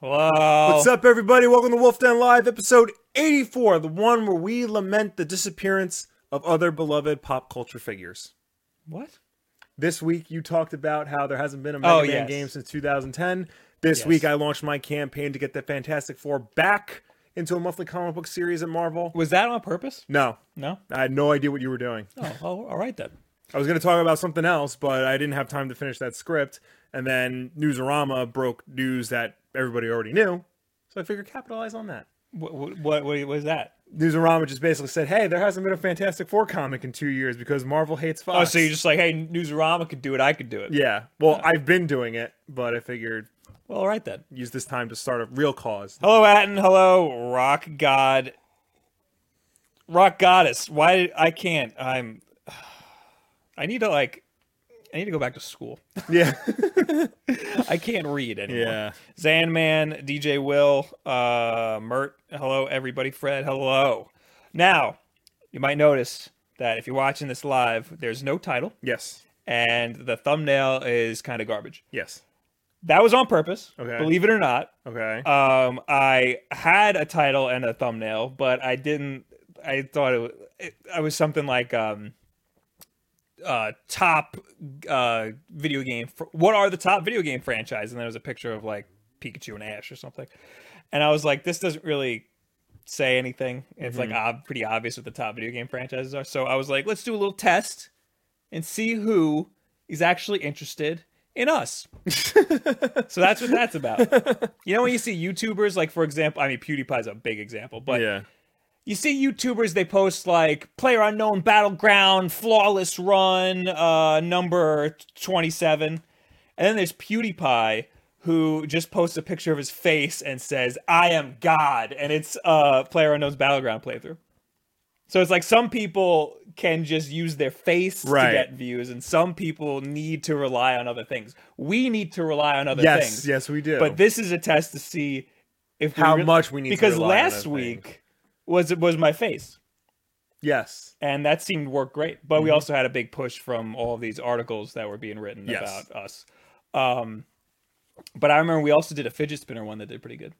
Wow. What's up, everybody? Welcome to Wolf Den Live, episode 84, the one where we lament the disappearance of other beloved pop culture figures. What? This week, you talked about how there hasn't been a Mega Oh, Man yes. game since 2010. This Yes. week, I launched my campaign to get the Fantastic Four back into a monthly comic book series at Marvel. Was that on purpose? No, No. I had no idea what you were doing. Oh, oh all right then. I was going to talk about something else, but I didn't have time to finish that script. And then Newsarama broke news that everybody already knew. So I figured capitalize on that. What what what, what was that? Newsarama just basically said, "Hey, there hasn't been a Fantastic Four comic in two years because Marvel hates Oh, Fox." so you're just like, hey, Newsarama could do it, I could do it. yeah. Well, I've been doing it, but I figured Well, all right then. use this time to start a real cause. Hello, Atten. Hello, Rock God. Rock Goddess. Why did, I can't? I'm. I need to like. I need to go back to school. Yeah, I can't read anymore. Zanman, DJ Will, uh, Mert. Hello, everybody. Fred, hello. Now, you might notice that if you're watching this live, there's no title Yes. and the thumbnail is kind of garbage. Yes. That was on purpose, Okay. believe it or not. Okay. Um, I had a title and a thumbnail, but I didn't. I thought it was, it, I was something like um, uh, top uh, video game. Fr- what are the top video game franchise? And there was a picture of like Pikachu and Ash or something. And I was like, this doesn't really say anything. It's like ob- pretty obvious what the top video game franchises are. So I was like, let's do a little test and see who is actually interested in us. so that's what that's about. You know when you see YouTubers, like for example, I mean PewDiePie's a big example, but yeah. you see YouTubers, they post like player unknown battleground, flawless run, uh, number twenty-seven, and then there's PewDiePie who just posts a picture of his face and says, "I am God," and it's uh, player unknown's battleground playthrough. So it's like some people can just use their face Right. to get views, and some people need to rely on other things. We need to rely on other Yes. things. Yes, we do. But this is a test to see if we How really- much we need to because rely on last those week was was my face, yes. and that seemed to work great. But we Mm-hmm. also had a big push from all of these articles that were being written Yes. about us. Um, but I remember we also did a fidget spinner one that did pretty good.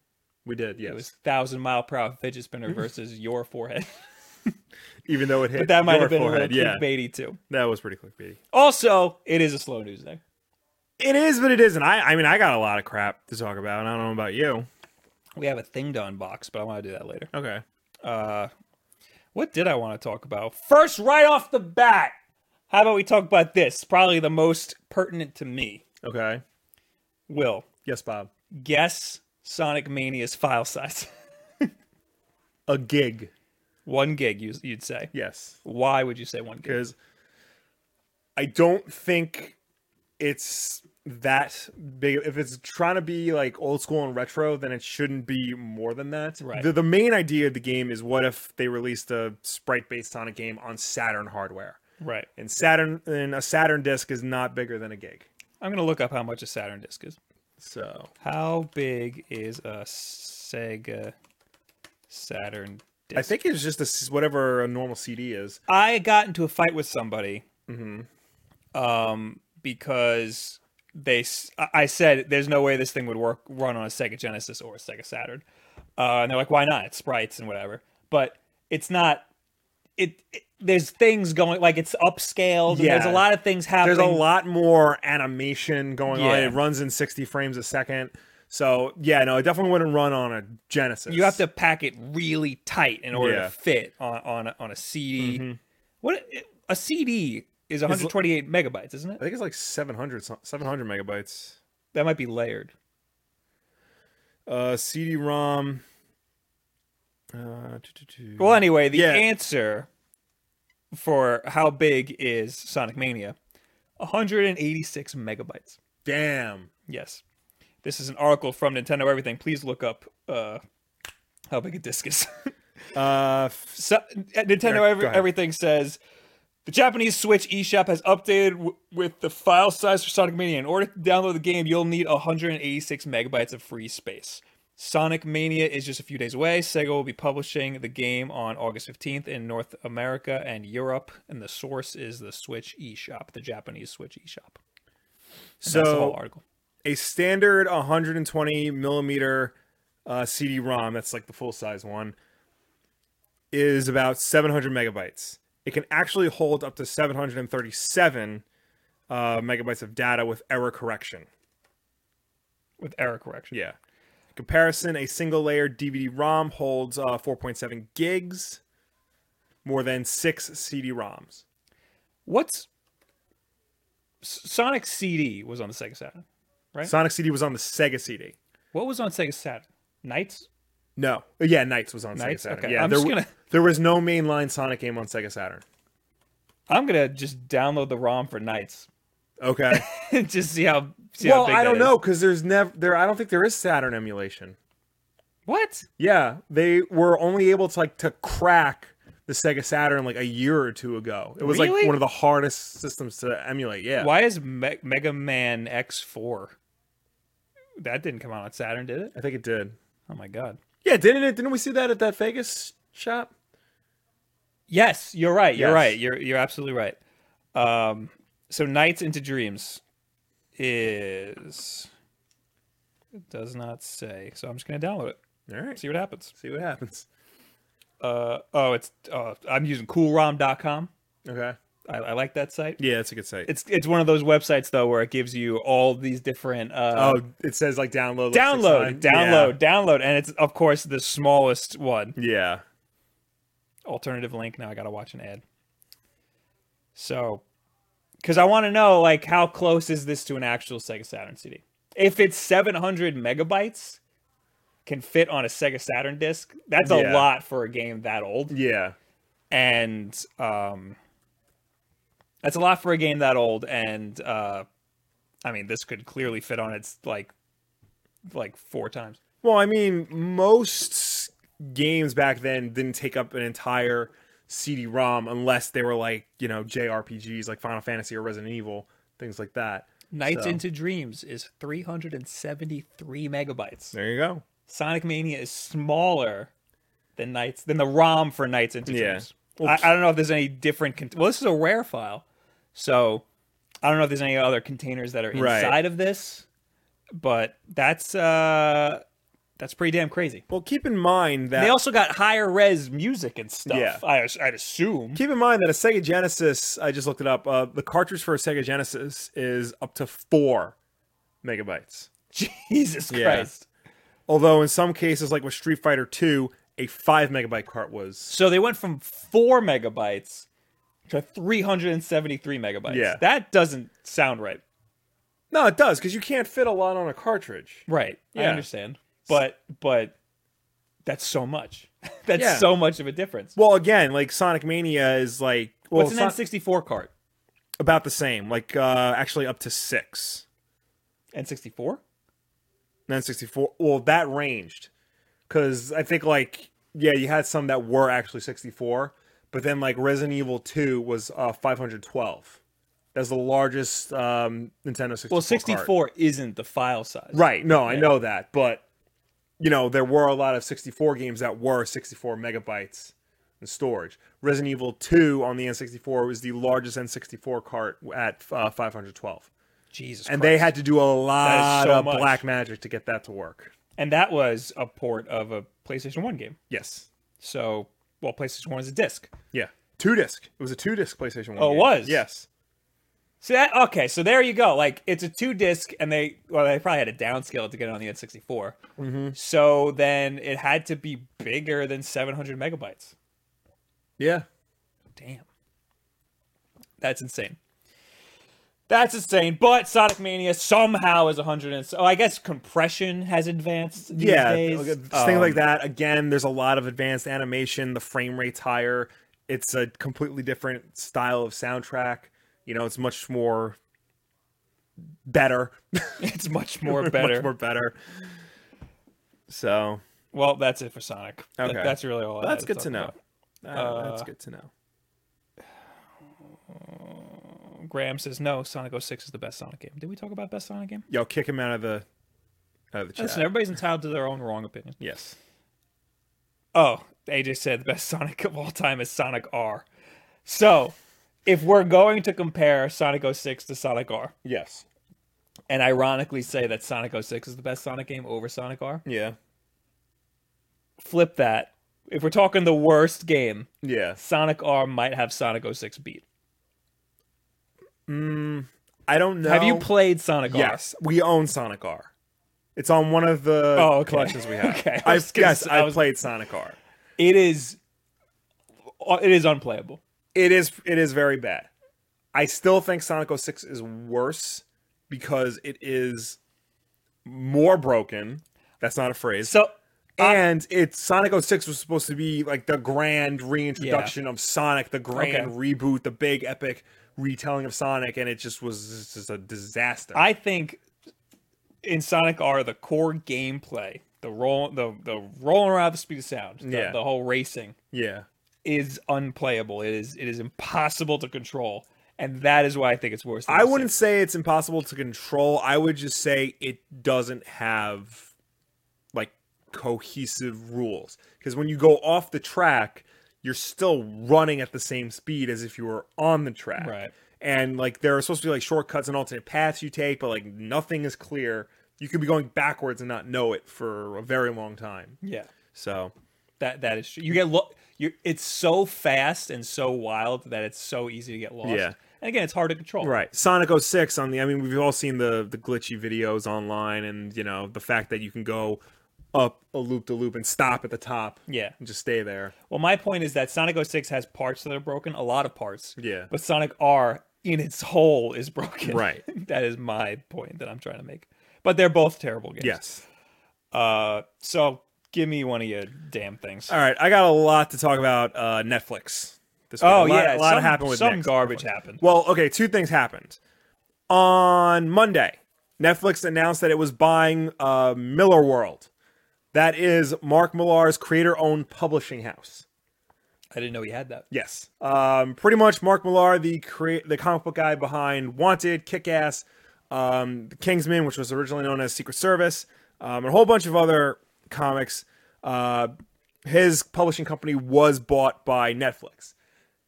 We did. Yes. It was thousand mile per hour fidget spinner Mm-hmm. versus your forehead. Even though it hit but that might your have been forehead. a little yeah. clickbaity too. That was pretty clickbaity. Also, it is a slow news day. It is, but it isn't. I I mean, I got a lot of crap to talk about, and I don't know about you. We have a thing to unbox, but I want to do that later. Okay. uh what did I want to talk about? First, right off the bat, how about we talk about this? Probably the most pertinent to me. Okay. Will Yes, Bob. guess Sonic Mania's file size. A gig. one gig, you, you'd say. Yes. Why would you say one gig? because I don't think it's that big. If it's trying to be like old school and retro, then it shouldn't be more than that. Right. The, the main idea of the game is what if they released a sprite based Sonic game on Saturn hardware? Right. And Saturn and a Saturn disc is not bigger than a gig. I'm gonna look up how much a Saturn disc is. So How big is a Sega Saturn disc? I think it's just a s whatever a normal CD is. I got into a fight with somebody Mm-hmm. um, because they s- I- I said there's no way this thing would work run on a Sega Genesis or a Sega Saturn, uh, and they're like, why not? It's sprites and whatever, but it's not. It, it there's things going like it's upscaled. and there's Yeah. a lot of things happening. There's a lot more animation going on. Yeah. It runs in 60 frames a second. So yeah, no, it definitely wouldn't run on a Genesis. You have to pack it really tight in order Yeah. Mm-hmm. to fit on on a, on a CD. What a CD is 128 megabytes, isn't I it? think it's like 700 so- 700 megabytes. That might be layered. Uh CD-ROM uh, tu- tu- tu. Well, anyway, the Yeah. answer for how big is Sonic Mania 186 megabytes. damn. Yes. This is an article from Nintendo Everything. Please look up uh, how big a disc is. Uh f- so, at Nintendo go Every- ahead. Everything says the Japanese Switch eShop has updated w- with the file size for Sonic Mania. In order to download the game, you'll need 186 megabytes of free space. Sonic Mania is just a few days away. Sega will be publishing the game on August 15th in North America and Europe, and the source is the Switch eShop, the Japanese Switch eShop. And so that's the whole article. a standard 120 millimeter uh, CD-ROM, that's like the full size one, is about 700 megabytes. It can actually hold up to 737 uh, megabytes of data with error correction. with error correction. Yeah. In comparison, a single layer DVD ROM holds uh, 4.7 gigs, more than six CD ROMs. What's S- Sonic CD was on the Sega Saturn. Right. Sonic CD was on the Sega CD. What was on Sega Saturn? Knights. No. Uh, Yeah, Knights was on Knights? Sega Saturn. Okay, Yeah, I'm there, just w- gonna- there was no mainline Sonic game on Sega Saturn. I'm gonna just download the ROM for Knights Okay. and just see how. See how well, big I that don't is. know because there's never there. I don't think there is Saturn emulation. What? Yeah, they were only able to like to crack the Sega Saturn like a year or two ago. It was like Really? one of the hardest systems to emulate. Yeah. Why is Me- Mega Man X4? That didn't come out on Saturn, did it? I think it did. Oh my god. Yeah, didn't it? Didn't we see that at that Vegas shop? Yes, you're right. You're Yes. right. You're you're absolutely right. Um, so Nights into Dreams is it does not say. So I'm just gonna download it. All right. See what happens. See what happens. Uh, oh, it's uh, I'm using CoolROM.com. Okay. I, I like that site. Yeah, it's a good site. It's it's one of those websites though where it gives you all these different uh, oh, it says like download. like, download, 6.9. Yeah. download, download, and it's of course the smallest one. Yeah. alternative link now i gotta watch an ad so because i want to know like how close is this to an actual sega saturn cd if it's 700 megabytes can fit on a sega saturn disc that's a Yeah. lot for a game that old Yeah. and um that's a lot for a game that old and uh i mean this could clearly fit on its like like four times Well, I mean, most games back then didn't take up an entire CD-ROM unless they were like you know JRPGs like Final Fantasy or Resident Evil things like that. Nights So- into Dreams is 373 megabytes. There you go. Sonic Mania is smaller than Knights than the ROM for Knights into Yeah. Dreams. I, I don't know if there's any different. Con- well, this is a rare file, so I don't know if there's any other containers that are Right. inside of this. But that's uh that's pretty damn crazy. Well, keep in mind that They also got higher res music and stuff. Yeah. I, I'd assume. Keep in mind that a Sega Genesis, I just looked it up, uh, the cartridge for a Sega Genesis is up to four megabytes. Jesus Yeah. Christ! Although in some cases, like with Street Fighter 2, a five megabyte cart was. So they went from four megabytes to 373 megabytes. Yeah. that doesn't sound right. No, it does, because you can't fit a lot on a cartridge. Right. I Yeah. understand. But but that's so much. that's Yeah. so much of a difference. Well, again, like Sonic Mania is like well, What's it's an not N64 cart? about the same, like uh, actually up to six. N64? N sixty four. Well, that ranged because I think like yeah, you had some that were actually sixty four, but then like Resident Evil two was uh, five hundred twelve. That's the largest um, Nintendo sixty four. Well, 64 isn't the file size. Right. No, I know that, but you know there were a lot of sixty four games that were sixty four megabytes in storage. Resident Evil two on the N sixty four was the largest N sixty four cart at uh, five hundred twelve. Jesus And Christ. they had to do a lot so of much. black magic to get that to work. and that was a port of a PlayStation 1 game. Yes. So, well, PlayStation 1 is a disc. Yeah. Two disc. It was a two disc PlayStation 1. Oh, it game. was? Yes. So that okay, so there you go. Like it's a two disc, and they well they probably had to downscale it to get it on the N64. Mm-hmm. So then it had to be bigger than 700 megabytes. Yeah. Damn. That's insane. That's insane. But Sonic Mania somehow is 100 and so I guess compression has advanced these Yeah. days. look at- Um, things like that. Again, there's a lot of advanced animation. The frame rate's higher. It's a completely different style of soundtrack. You know, it's much more better. It's much more better. much more better. So Well, that's it for Sonic. That- Okay. that's really all. I that's had good talk to know. about. Uh, that's good to know. Graham says no. Sonic 06 is the best Sonic game. Did we talk about best Sonic game? Yo, kick him out of the out of the chat. Listen, everybody's entitled to their own wrong opinion. yes. Oh, AJ said the best Sonic of all time is Sonic R. oh So, if we're going to compare Sonic 06 to Sonic R, Yes. and ironically say that Sonic 06 is the best Sonic game over Sonic R. Yeah. Flip that. If we're talking the worst game, Yeah. Sonic R might have Sonic 06 beat. I don't know. Have you played Sonic R? Yes, we own Sonic R. It's on one of the Oh, okay. collections we have. Okay, I I was gonna yes, say- I I was- played Sonic R. It is uh, it is unplayable. It is it is very bad. I still think Sonic 06 is worse because it is more broken. That's not a phrase. So uh, and it's Sonic 06 was supposed to be like the grand reintroduction of Sonic, the grand reboot, the big epic retelling of Sonic, and it just was it's just a disaster. I think in Sonic R, the core gameplay, the roll, the the rolling around at the speed of sound, the, Yeah. the whole racing yeah. is unplayable. It is it is impossible to control, and that is why I think it's worse. Than I the wouldn't say it's impossible to control. I would just say it doesn't have like cohesive rules because when you go off the track, you're still running at the same speed as if you were on the track. Right. And like there are supposed to be like shortcuts and alternate paths you take, but like nothing is clear. You could be going backwards and not know it for a very long time. Sonic. Yeah, So that that is true. You get lo- you it's so fast and so wild that it's so easy to get lost. Yeah. and again, it's hard to control. Right. Sonic 06 on the I mean we've all seen the the glitchy videos online and you know the fact that you can go up a loop to loop and stop at the top Yeah. and just stay there. Well, my point is that Sonic 06 has parts that are broken, a lot of parts. Yeah. But Sonic R in its whole is broken. Right. that is my point that I'm trying to make. But they're both terrible games. Yes. Uh, so give me one of your damn things. All right, I got a lot to talk about uh Netflix. This week. oh a lot, yeah, a lot some, happened with some Netflix. garbage happened. Well, okay, two things happened. On Monday, Netflix announced that it was buying uh, Miller World. That is Mark Millar's creator-owned publishing house. I didn't know he had that. Yes. Um, pretty much Mark Millar, the crea- the comic book guy behind Wanted, Kick Ass, um, The Kingsman, which was originally known as Secret Service, um, and a whole bunch of other comics. Uh, his publishing company was bought by Netflix.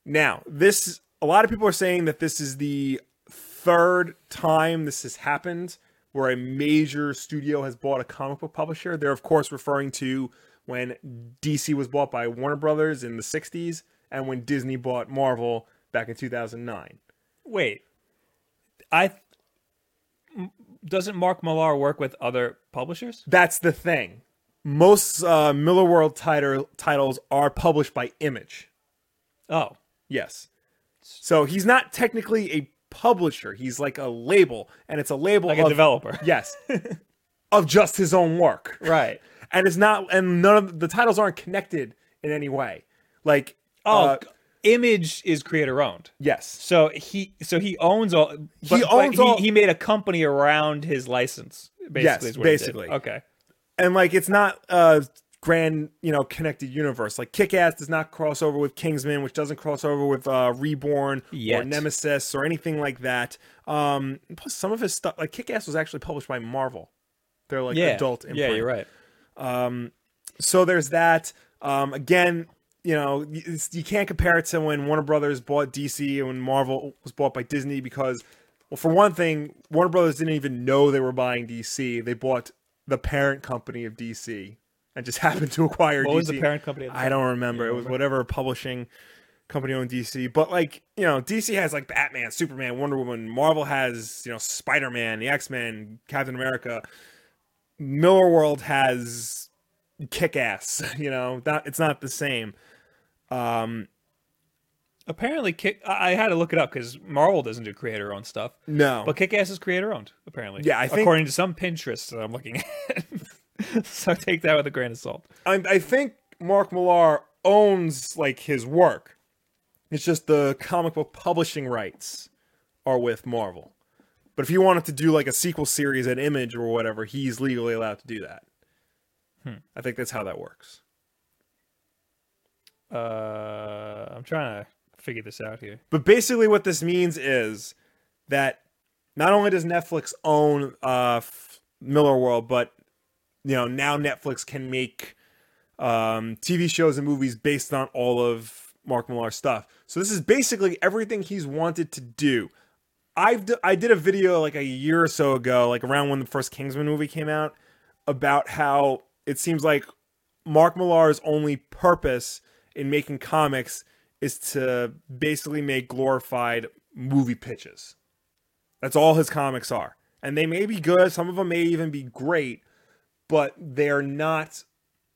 Now, this a lot of people are saying that this is the third time this has happened where a major studio has bought a comic book publisher. They're of course referring to when DC was bought by Warner Brothers in the 60s and when Disney bought Marvel back in 2009. Wait, I M- doesn't Mark Millar work with other publishers? That's the thing. Most uh, Miller World title- titles are published by Image. Oh, Yes. So he's not technically a publisher. He's like a label, and it's a label like a of developer. Yes. of just his own work. right. And it's not and none of the titles aren't connected in any way. Like Oh, uh, g- Image is creator owned. yes. So he so he owns all. But, he owns he, all- He made a company around his license. Basically, Yes, is what he did. basically. Okay. And like it's not a grand, you know, connected universe. Like Kick Ass does not cross over with Kingsman, which doesn't cross over with uh Reborn or Yet. Nemesis or anything like that. Um plus some of his stuff like Kick Ass was actually published by Marvel. They're like Yeah. adult imprint. yeah, you're right. so there's that. Um, again, you know, y- it's, you can't compare it to when Warner Brothers bought DC and when Marvel was bought by Disney because, well, for one thing, Warner Brothers didn't even know they were buying DC. They bought the parent company of DC and just happened to acquire What DC. was the parent company at the I don't remember. It was whatever publishing company owned DC. But like, you know, DC has like Batman, Superman, Wonder Woman. Marvel has, you know, Spider-Man, the X-Men, Captain America. Miller World has kick ass. You know, that it's not the same. Apparently, Kick. I I had to look it up because Marvel doesn't do creator owned stuff. No, But Kick Ass is creator owned, apparently. Yeah, I think- according to some Pinterest that I'm looking at. so take that with a grain of salt. I, I think Mark Millar owns like his work. It's just the comic book publishing rights are with Marvel. But if you wanted to do like a sequel series at Image or whatever, he's legally allowed to do that. I think that's how that works. Uh, I'm trying to figure this out here. But basically, what this means is that not only does Netflix own uh, F- Miller World, but you know now Netflix can make um, TV shows and movies based on all of Mark Millar's stuff. So this is basically everything he's wanted to do. I've d- I did a video like a year or so ago, like around when the first Kingsman movie came out, about how it seems like Mark Millar's only purpose in making comics is to basically make glorified movie pitches. That's all his comics are. And they may be good, some of them may even be great, but they're not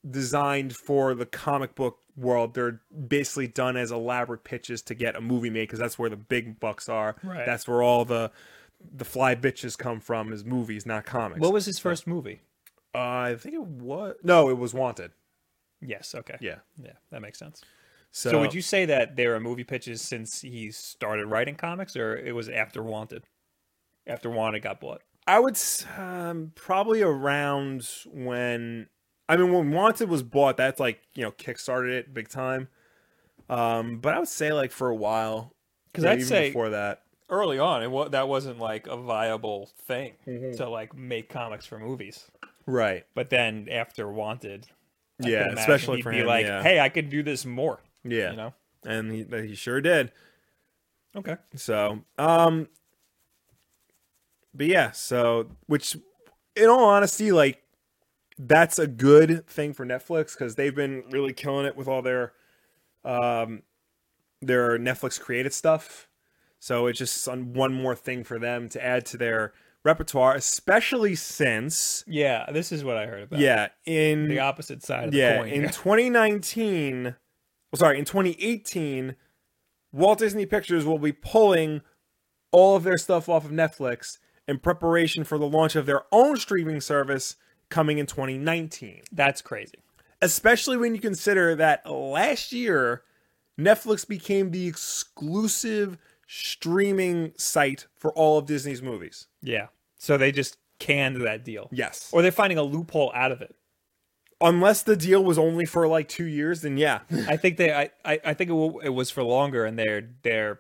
designed for the comic book world. They're basically done as elaborate pitches to get a movie made because that's where the big bucks are. Right. That's where all the the fly bitches come from is movies, not comics. What was his first movie? uh, I think it was no, it was Wanted. Yes. Okay. Yeah. Yeah. That makes sense. So, So, would you say that there are movie pitches since he started writing comics, or it was after Wanted? After Wanted got bought. I would s- um, probably around when I mean when Wanted was bought, that's like you know kickstarted it big time. Um, but I would say like for a while, 'Cause yeah, I'd even say- before that, Early on, it wa- that wasn't like a viable thing Mm-hmm. to like make comics for movies. right? But then after Wanted, I yeah, could imagine especially he'd for be him. like, yeah, hey, I could do this more. yeah, You know. and he, he sure did. Okay. So, um, but yeah, so which, in all honesty, like that's a good thing for Netflix because they've been really killing it with all their, um, their Netflix created stuff. So it's just on one more thing for them to add to their repertoire, especially since Yeah. This is what I heard about. yeah, in The opposite side of yeah, the coin. in 2019, well, sorry, in 2018, Walt Disney Pictures will be pulling all of their stuff off of Netflix in preparation for the launch of their own streaming service coming in 2019. That's crazy. Especially when you consider that last year, Netflix became the exclusive streaming site for all of Disney's movies. Yeah. So they just canned that deal. Yes. Or they're finding a loophole out of it. Unless the deal was only for like two years, then yeah. I think they, I, I, I think it, w- it was for longer, and they're they're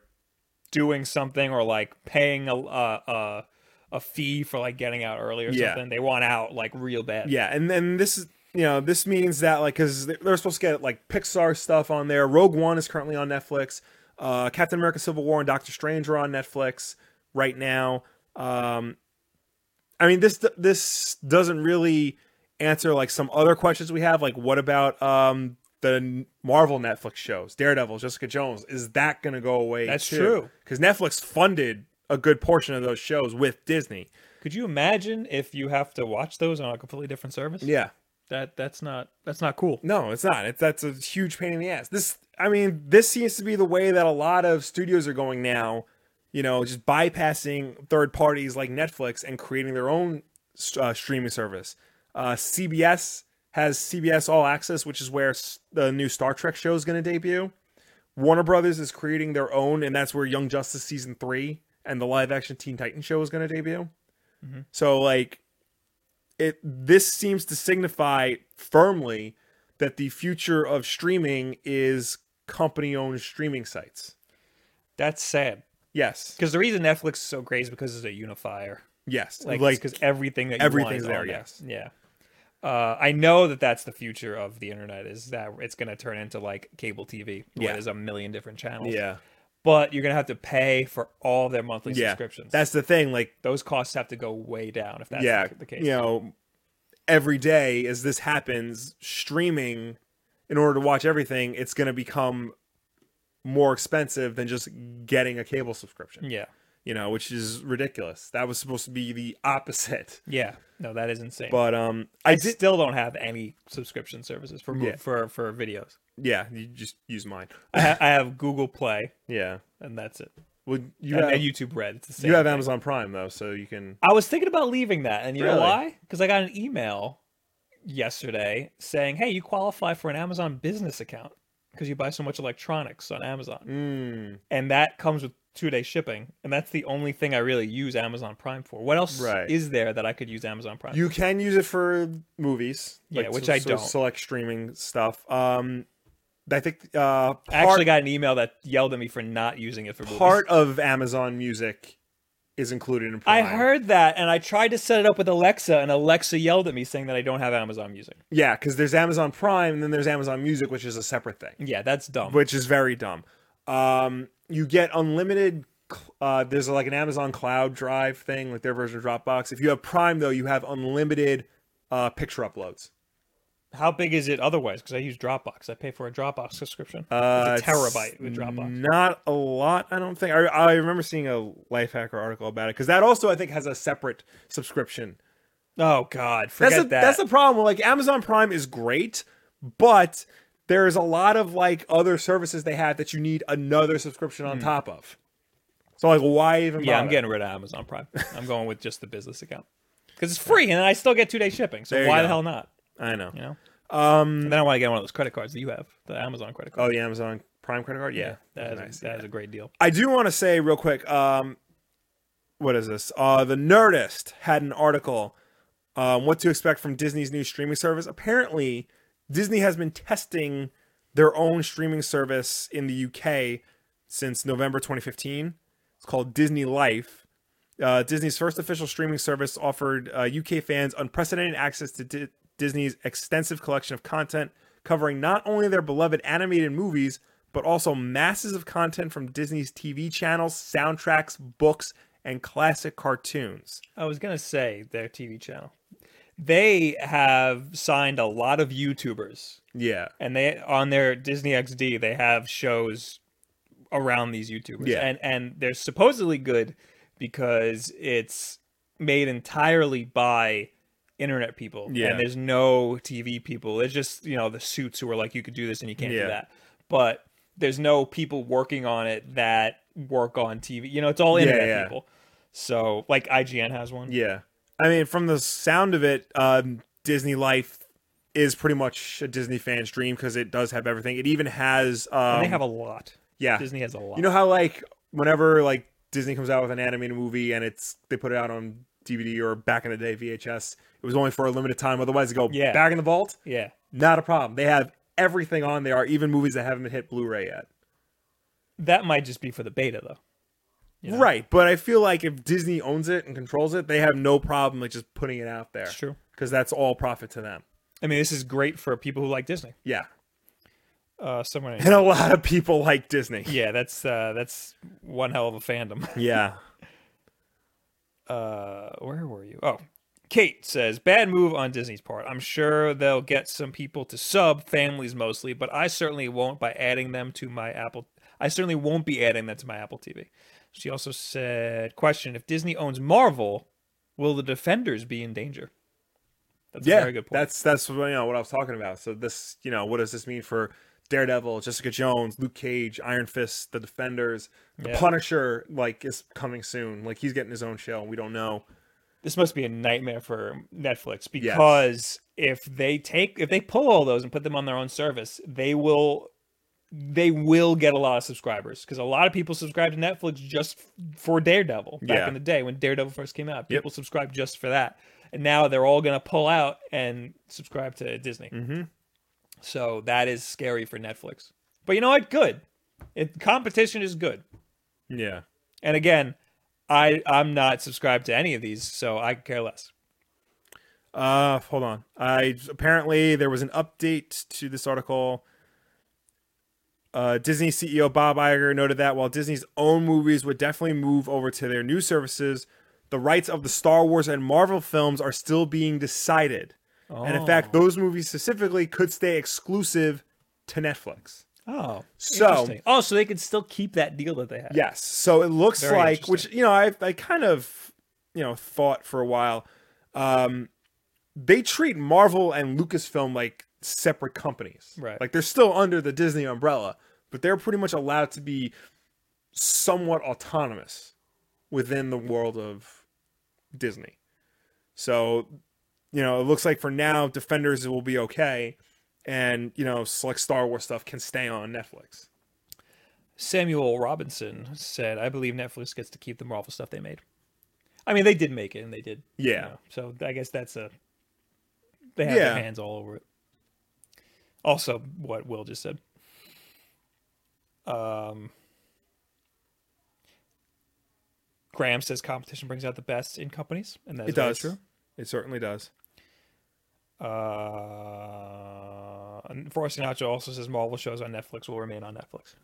doing something or like paying a a, a, a fee for like getting out early or Yeah. something. They want out like real bad. Yeah, and then this is you know this means that like because they're supposed to get like Pixar stuff on there. Rogue One is currently on Netflix. Uh, Captain America: Civil War and Doctor Strange are on Netflix right now. Um, I mean this this doesn't really answer like some other questions we have. Like what about um the Marvel Netflix shows, Daredevil, Jessica Jones? Is that going to go away? That's true. because Netflix funded a good portion of those shows with Disney. Could you imagine if you have to watch those on a completely different service? Yeah. That that's not that's not cool. No, it's not. It's that's a huge pain in the ass. This, I mean, this seems to be the way that a lot of studios are going now. You know, just bypassing third parties like Netflix and creating their own uh, streaming service. Uh, CBS has CBS All Access, which is where s- the new Star Trek show is going to debut. Warner Brothers is creating their own, and that's where Young Justice season three and the live action Teen Titan show is going to debut. So like it this seems to signify firmly that the future of streaming is company owned streaming sites. That's sad. Yes. Because the reason Netflix is so great is because it's a unifier. Yes. Like, Like, because everything that you want everything's is there, on yes. Yeah. Uh, I know that that's the future of the internet is that it's going to turn into like cable TV where Yeah. there's a million different channels. yeah. But you're going to have to pay for all their monthly Yeah. subscriptions. That's the thing like Those costs have to go way down if that's yeah, the, the case. you know, every day as this happens, streaming in order to watch everything, it's going to become more expensive than just getting a cable subscription, Yeah. you know, which is ridiculous. That was supposed to be the opposite. Yeah. No, that is insane. But um I still don't have any subscription services for mo- Yeah. for for videos. Yeah, you just use mine. I, ha- I have Google Play Yeah. and that's it. Well, you and, have, and you, YouTube Red. It's the same. have Amazon Prime though, so you can. I was thinking about leaving that, and you know Really? why? Because I got an email yesterday saying, "Hey, you qualify for an Amazon Business account because you buy so much electronics on Amazon, Mm, and that comes with two-day shipping, and that's the only thing I really use Amazon Prime for. What else Right. is there that I could use Amazon Prime? you can use it for movies, Uh, Yeah, which so- I so don't. Select streaming stuff. Um, I think uh, part I actually got an email that yelled at me for not using it for movies. part of Amazon Music is included in I Prime. heard that, and I tried to set it up with Alexa, and Alexa yelled at me saying that I don't have Amazon Music. Yeah, because there's Amazon Prime, and then there's Amazon Music, which is a separate thing, Yeah, that's dumb. which is very dumb. Um, you get unlimited cl- uh, there's like an Amazon Cloud Drive thing, like their version of Dropbox. If you have Prime though, you have unlimited uh, picture uploads. How big is it otherwise? Because I use Dropbox. I pay for a Dropbox subscription. Uh, it's a it's mm. terabyte with Dropbox. Not a lot, I don't think. I, I remember seeing a Lifehacker article about it because that also I think has a separate subscription. Oh God, forget That's the, that. that's the problem. Like Amazon Prime is great, but there's a lot of like other services they have that you need another subscription on top of. So like, why even? yeah, I'm bother? getting rid of Amazon Prime. I'm going with just the business account because it's free and I still get two day shipping. So There you why go. Mm. the hell not? I know. You know. Um. then I want to get one of those credit cards that you have, the Amazon credit card. Oh, the Amazon Prime credit card. Yeah, that is, nice. that is a great deal. I do want to say real quick. Um, what is this? Uh, the Nerdist had an article. Um, what to expect from Disney's new streaming service? Apparently, Disney has been testing their own streaming service in the UK since November 2015. It's called Disney Life. Uh, Disney's first official streaming service offered uh, UK fans unprecedented access to Di- Disney's extensive collection of content, covering not only their beloved animated movies, but also masses of content from Disney's TV channels, soundtracks, books, and classic cartoons. I was gonna say their TV channel. They have signed a lot of YouTubers, Yeah. and they on their Disney XD they have shows around these YouTubers, Yeah. and and they're supposedly good because it's made entirely by internet people, Yeah. and there's no TV people. It's just you know the suits who are like you could do this and you can't Yeah. do that, but there's no people working on it that work on TV. You know, it's all Yeah, internet yeah. people. So like IGN has one. Yeah. I mean, from the sound of it, um, Disney Life is pretty much a Disney fan's dream because it does have everything. It even has. Um, And they have a lot. yeah. Disney has a lot. You know how like whenever like Disney comes out with an animated movie and it's they put it out on DVD or back in the day VHS, it was only for a limited time. Otherwise, it go Yeah. back in the vault. yeah. Not a problem. They have everything on there, even movies that haven't hit Blu-ray yet. That might just be for the beta though. Yeah. Right, but I feel like if Disney owns it and controls it, they have no problem like just putting it out there It's true. because that's all profit to them. I mean, this is great for people who like Disney. Yeah, Uh, someone. and a lot of people like Disney. Yeah, that's uh, that's one hell of a fandom. Yeah, Uh, where were you? Oh, Kate says bad move on Disney's part. I'm sure they'll get some people to sub families mostly, but I certainly won't by adding them to my Apple. I certainly won't be adding that to my Apple TV. She also said, "Question: If Disney owns Marvel, will the Defenders be in danger?" That's yeah. a very good point. That's that's what, you know what I was talking about. So this, you know, what does this mean for Daredevil, Jessica Jones, Luke Cage, Iron Fist, The Defenders, The Yeah. Punisher? Like is coming soon. Like he's getting his own show. We don't know. this must be a nightmare for Netflix because if they take if they pull all those and put them on their own service, they will they will get a lot of subscribers because a lot of people subscribed to Netflix just f- for Daredevil back Yeah. in the day when Daredevil first came out. People subscribed just for that, and now they're all going to pull out and subscribe to Disney. Mhm. So that is scary for Netflix. But you know what? Good. It, competition is good. Yeah, And again, I I'm not subscribed to any of these, so I could care less. Uh, hold on. I apparently there was an update to this article. Uh, Disney CEO Bob Iger noted that while Disney's own movies would definitely move over to their new services, the rights of the Star Wars and Marvel films are still being decided. And in fact, those movies specifically could stay exclusive to Netflix. Oh, So- interesting. oh, so they could still keep that deal that they had. Yes. So it looks Very like, which you know, I I kind of you know thought for a while, um, they treat Marvel and Lucasfilm like separate companies. Right. Like they're still under the Disney umbrella, but they're pretty much allowed to be somewhat autonomous within the world of Disney. So, you know, it looks like for now Defenders will be okay, and you know, select Star Wars stuff can stay on Netflix. Samuel Robinson said, "I believe Netflix gets to keep the Marvel stuff they made." I mean, they did make it, and they did. you Yeah. know, so I guess that's a they have Yeah. their hands all over it. Also, what Will just said. Um. Graham says competition brings out the best in companies, and that's It does. true. It certainly does. Uh, and Frank Sinatra also says Marvel shows on Netflix will remain on Netflix.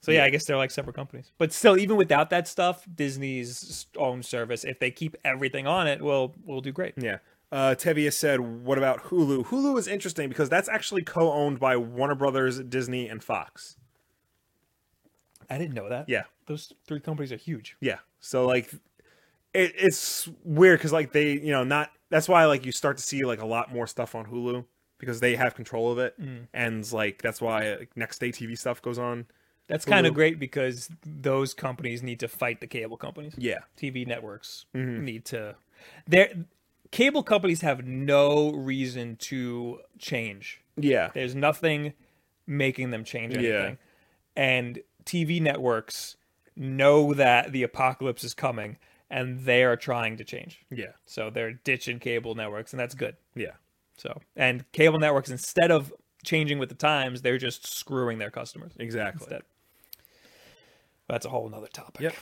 So yeah, I guess they're like separate companies. But still, even without that stuff, Disney's own service, if they keep everything on it, will will do great. Yeah. Uh, Tevia said, "What about Hulu? Hulu is interesting because that's actually co-owned by Warner Brothers, Disney, and Fox. I didn't know that. Yeah, Those three companies are huge. yeah. So like, it, it's weird because like they, you know, not that's why like you start to see like a lot more stuff on Hulu because they have control of it, and like that's why like, next day TV stuff goes on. That's kind Hulu. of great because those companies need to fight the cable companies. Yeah, TV networks need to. Their cable companies have no reason to change. yeah, There's nothing making them change Yeah. anything. And TV networks know that the apocalypse is coming and they are trying to change. yeah, So they're ditching cable networks and that's good. yeah, So, and cable networks instead of changing with the times, they're just screwing their customers exactly. instead. That's a whole nother topic. Yep.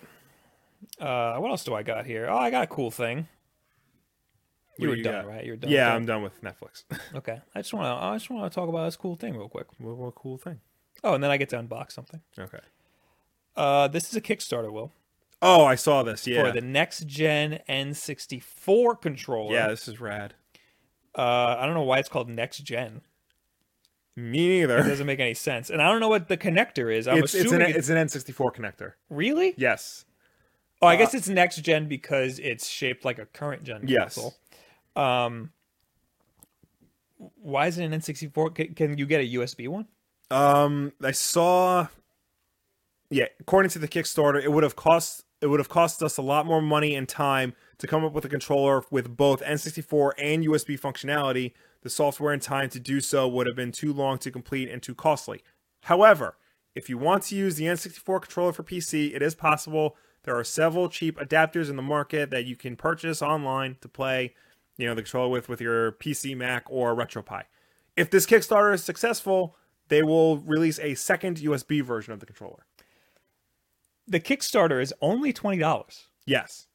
Uh, what else do I got here? Oh, I got a cool thing. You were What do you done, got? right? You're done. Yeah, with I'm done with Netflix. that? Okay. I just want to. I just want to talk about this cool thing real quick. what, what cool thing? Oh, and then I get to unbox something. Okay. Uh, this is a Kickstarter, Will, Oh, I saw this. Yeah, for the next gen N64 controller. yeah, this is rad. Uh, I don't know why it's called next gen. Me neither. It doesn't make any sense. And I don't know what the connector is. I'm it's, it's assuming an e- it's, it's an N64 connector. really. Yes. Oh, I guess it's next gen because it's shaped like a current gen Yes. console. Um, why is it an N64? Can, can you get a USB one? Um, I saw. Yeah, according to the Kickstarter, it would have cost it would have cost us a lot more money and time to come up with a controller with both N64 and USB functionality. The software and time to do so would have been too long to complete and too costly. However, if you want to use the N64 controller for PC, it is possible. There are several cheap adapters in the market that you can purchase online to play, you know, the controller with with your PC, Mac, or RetroPie. If this Kickstarter is successful, they will release a second USB version of the controller. The Kickstarter is only twenty dollars, Yes,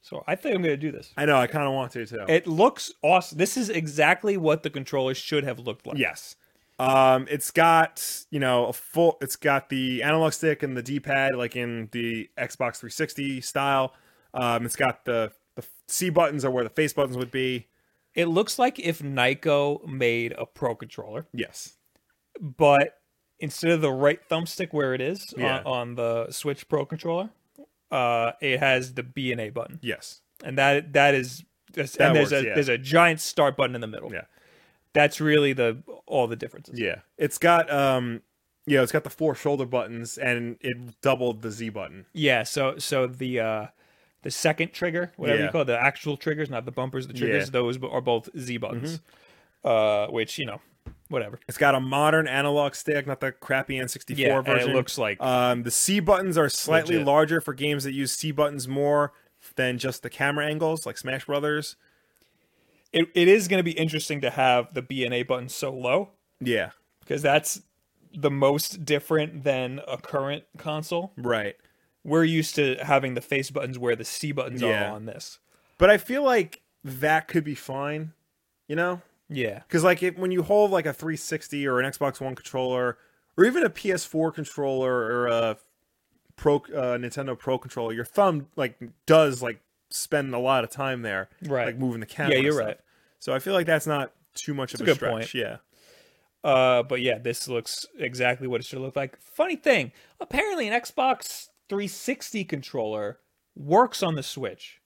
so I think I'm going to do this. I know. I kind of want to too. It looks awesome. This is exactly what the controller should have looked like. yes, um, it's got you know a full. It's got the analog stick and the D pad like in the Xbox 360 style. Um, it's got the the C buttons are where the face buttons would be. It looks like if Nyko made a pro controller, Yes. but instead of the right thumbstick where it is Yeah. on, on the Switch Pro controller, uh, it has the B and A button. Yes. and that that is just, That and there's works, a yeah. there's a giant start button in the middle. Yeah. That's really the all the differences. Yeah. It's got um, you know, it's got the four shoulder buttons and it doubled the Z button. Yeah, so so the uh the second trigger, whatever Yeah. you call it, the actual triggers, not the bumpers, the triggers, Yeah. Mm-hmm. those are both Z buttons. Uh which, you know, whatever. It's got a modern analog stick, not the crappy N64 Yeah, and version. it looks like Um, the C buttons are slightly Legit. larger for games that use C buttons more than just the camera angles, like Smash Brothers. it, it is going to be interesting to have the B and A button so low Yeah, because that's the most different than a current console. right. We're used to having the face buttons where the C buttons Yeah. are on this. But I feel like that could be fine, you know, Yeah. because like it, when you hold like a 360 or an Xbox One controller, or even a PS4 controller or a Pro uh, Nintendo Pro controller, your thumb like does like spend a lot of time there, Right. Like moving the camera. you're and stuff. right. So I feel like that's not too much of a, a good stretch. point. Yeah. Uh, but yeah, this looks exactly what it should look like. Funny thing, apparently an Xbox 360 controller works on the Switch.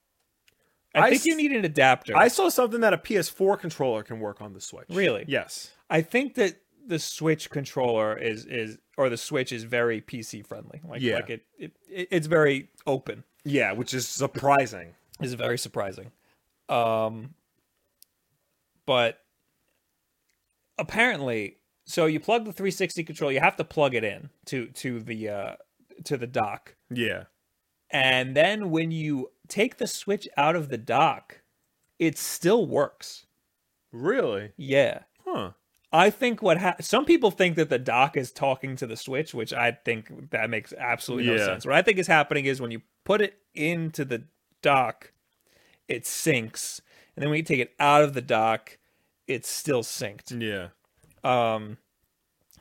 I, I think you s- need an adapter. I I, saw something that a PS4 controller can work on the Switch. Really? Yes. think that the Switch controller is is or the Switch is very PC friendly. Like Yeah. like it, it it- it's very open. Yeah, which is surprising. It's very surprising. Um but apparently so you plug the 360 controller, you have to plug it in to to the uh to the dock. Yeah. And then when you take the Switch out of the dock, it still works. Really? Yeah. Huh. I think what ha- some people think that the dock is talking to the Switch, which I think that makes absolutely Yeah. no sense. What I think is happening is when you put it into the dock, it syncs. And then when you Mm. take it out of the dock, it's still synced. Yeah. Um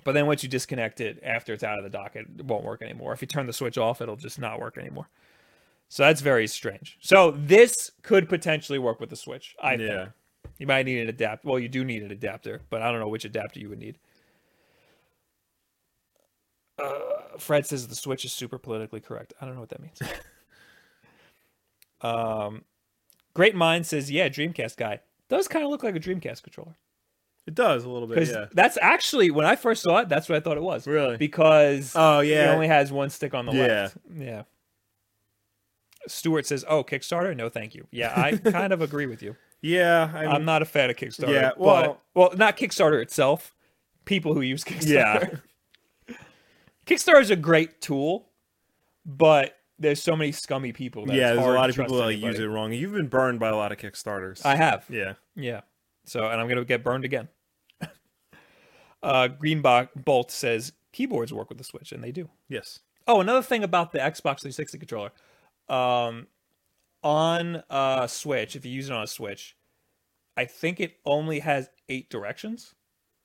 But then once you disconnect it after it's out of the dock, it won't work anymore. If you turn the switch off, it'll just not work anymore. So that's very strange. So this could potentially work with the Switch. I Yeah. think you might need an adapter. Well, you do need an adapter, but I don't know which adapter you would need. Uh, Fred says the Switch is super politically correct. I don't know what that means. um, Great Mind says, yeah, Dreamcast guy does kind of look like a Dreamcast controller It does a little bit. because Yeah. that's actually when I first saw it, that's what I thought it was. Really? Because Oh it yeah. only has one stick on the Yeah. left. Yeah. Stewart says, "Oh, Kickstarter? No, thank you." Yeah, I kind of agree with you. yeah. I mean, I'm not a fan of Kickstarter. Yeah, but- well- well, not Kickstarter itself. People who use Kickstarter. Kickstarter is a great tool, but there's so many scummy people. That yeah. it's There's a hard lot to of people trust that anybody. use it wrong. You've been burned by a lot of Kickstarters. I have. yeah. Yeah. So, and I'm going to get burned again. uh, Green Bo- Bolt says keyboards work with the Switch, and they do. Yes. Oh, another thing about the Xbox 360 controller. Um, on a Switch, if you use it on a Switch, I think it only has eight directions.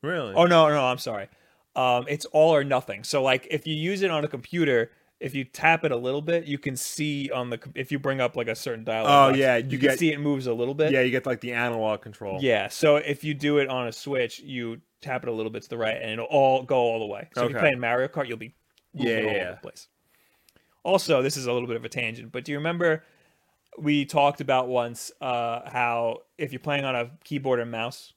Really. Oh, no, no, I'm sorry. Um, it's all or nothing. So, like, if you use it on a computer, if you tap it a little bit, you can see on the, com- if you bring up like a certain dialogue. Oh, box, yeah, You, you can get- see it moves a little bit. yeah. You get like the analog control. Yeah. So if you do it on a Switch, you tap it a little bit to the right, and it'll all go all the way. So if you're Okay. playing Mario Kart, you'll be moving Yeah, all yeah, over yeah. the place. Also, this is a little bit of a tangent, but do you remember we talked about once uh, how if you're playing on a keyboard and mouse,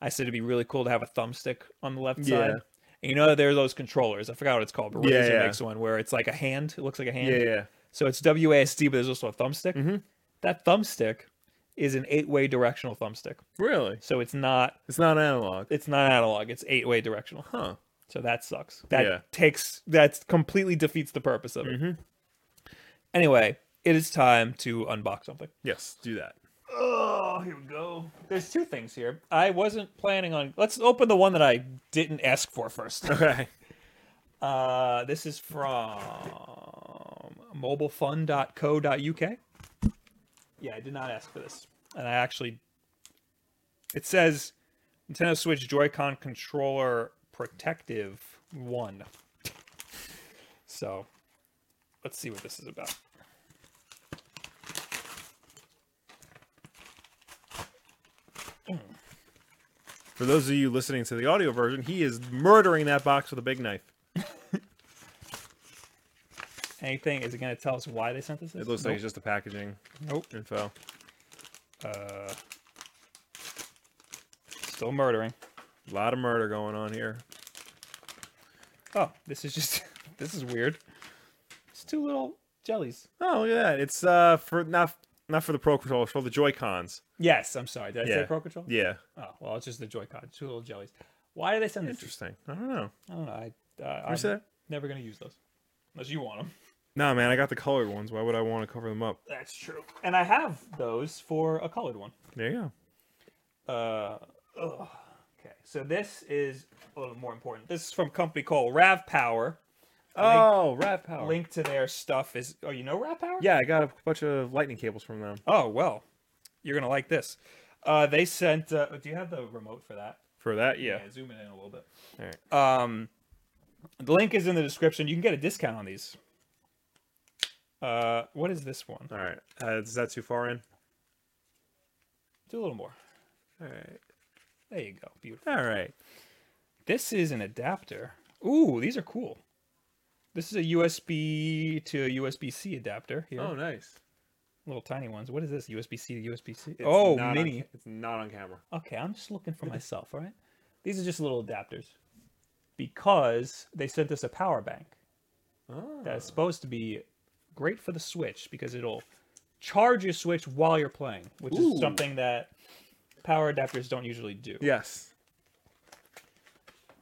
I said it'd be really cool to have a thumbstick on the left Yeah. side. And you know, there are those controllers. I forgot what it's called, but Yeah, Razer yeah. makes one where it's like a hand. It looks like a hand. Yeah. Mm-hmm. Yeah. So it's WASD, but there's also a thumbstick. That thumbstick is an eight-way directional thumbstick. Really. So it's not It's not analog. it's not analog. It's eight way directional. Huh. So that sucks. That Yeah. takes that completely defeats the purpose of it. Anyway, it is time to unbox something. Yes. Do that. Oh, here we go. There's two things here. I wasn't planning on. Let's open the one that I didn't ask for first. Okay. Uh, this is from mobilefun.co.uk. Yeah, I did not ask for this. And I actually. It says Nintendo Switch Joy-Con controller protective 1. So, let's see what this is about. For those of you listening to the audio version, he is murdering that box with a big knife. Anything? Is it going to tell us why they sent this? It looks like it's just the packaging Nope. info. Uh, still murdering. A lot of murder going on here. Oh, this is just this is weird. It's two little jellies. Oh, look at that. It's uh for not not for the Pro Controller, for the Joy Cons. Yes, I'm sorry. Did I Yeah. say Pro Control? Yeah. Oh, well, it's just the Joy-Con. Two little jellies. Why did they send this? Interesting. I don't know. I don't know. I, uh, You I'm said- never gonna use those unless you want them. No, man, I got the colored ones. Why would I want to cover them up? That's true. And I have those for a colored one. There you go. Uh, ugh. okay. So this is a little more important. This is from a company called Rav Power. Oh, Rav Power. Link to their stuff is. Oh, you know Rav Power? Yeah, I got a bunch of lightning cables from them. Oh well, you're gonna like this. Uh, they sent. Uh, do you have the remote for that? For that, yeah. Yeah, zoom it in a little bit. Um, the link is in the description. You can get a discount on these. Uh, what is this one? All right. All right. Uh, is that too far in? Do a little more. All right. There you go. Beautiful. All right. This is an adapter. Ooh, these are cool. This is a USB to USB C adapter here. Oh, nice. Little tiny ones. What is this? USB C to USB C. Oh, mini. it's not on camera. Okay, I'm just looking for myself, all right? These are just little adapters because they sent us a power bank Oh. that's supposed to be great for the Switch because it'll charge your Switch while you're playing, which Ooh. is something that power adapters don't usually do. Yes.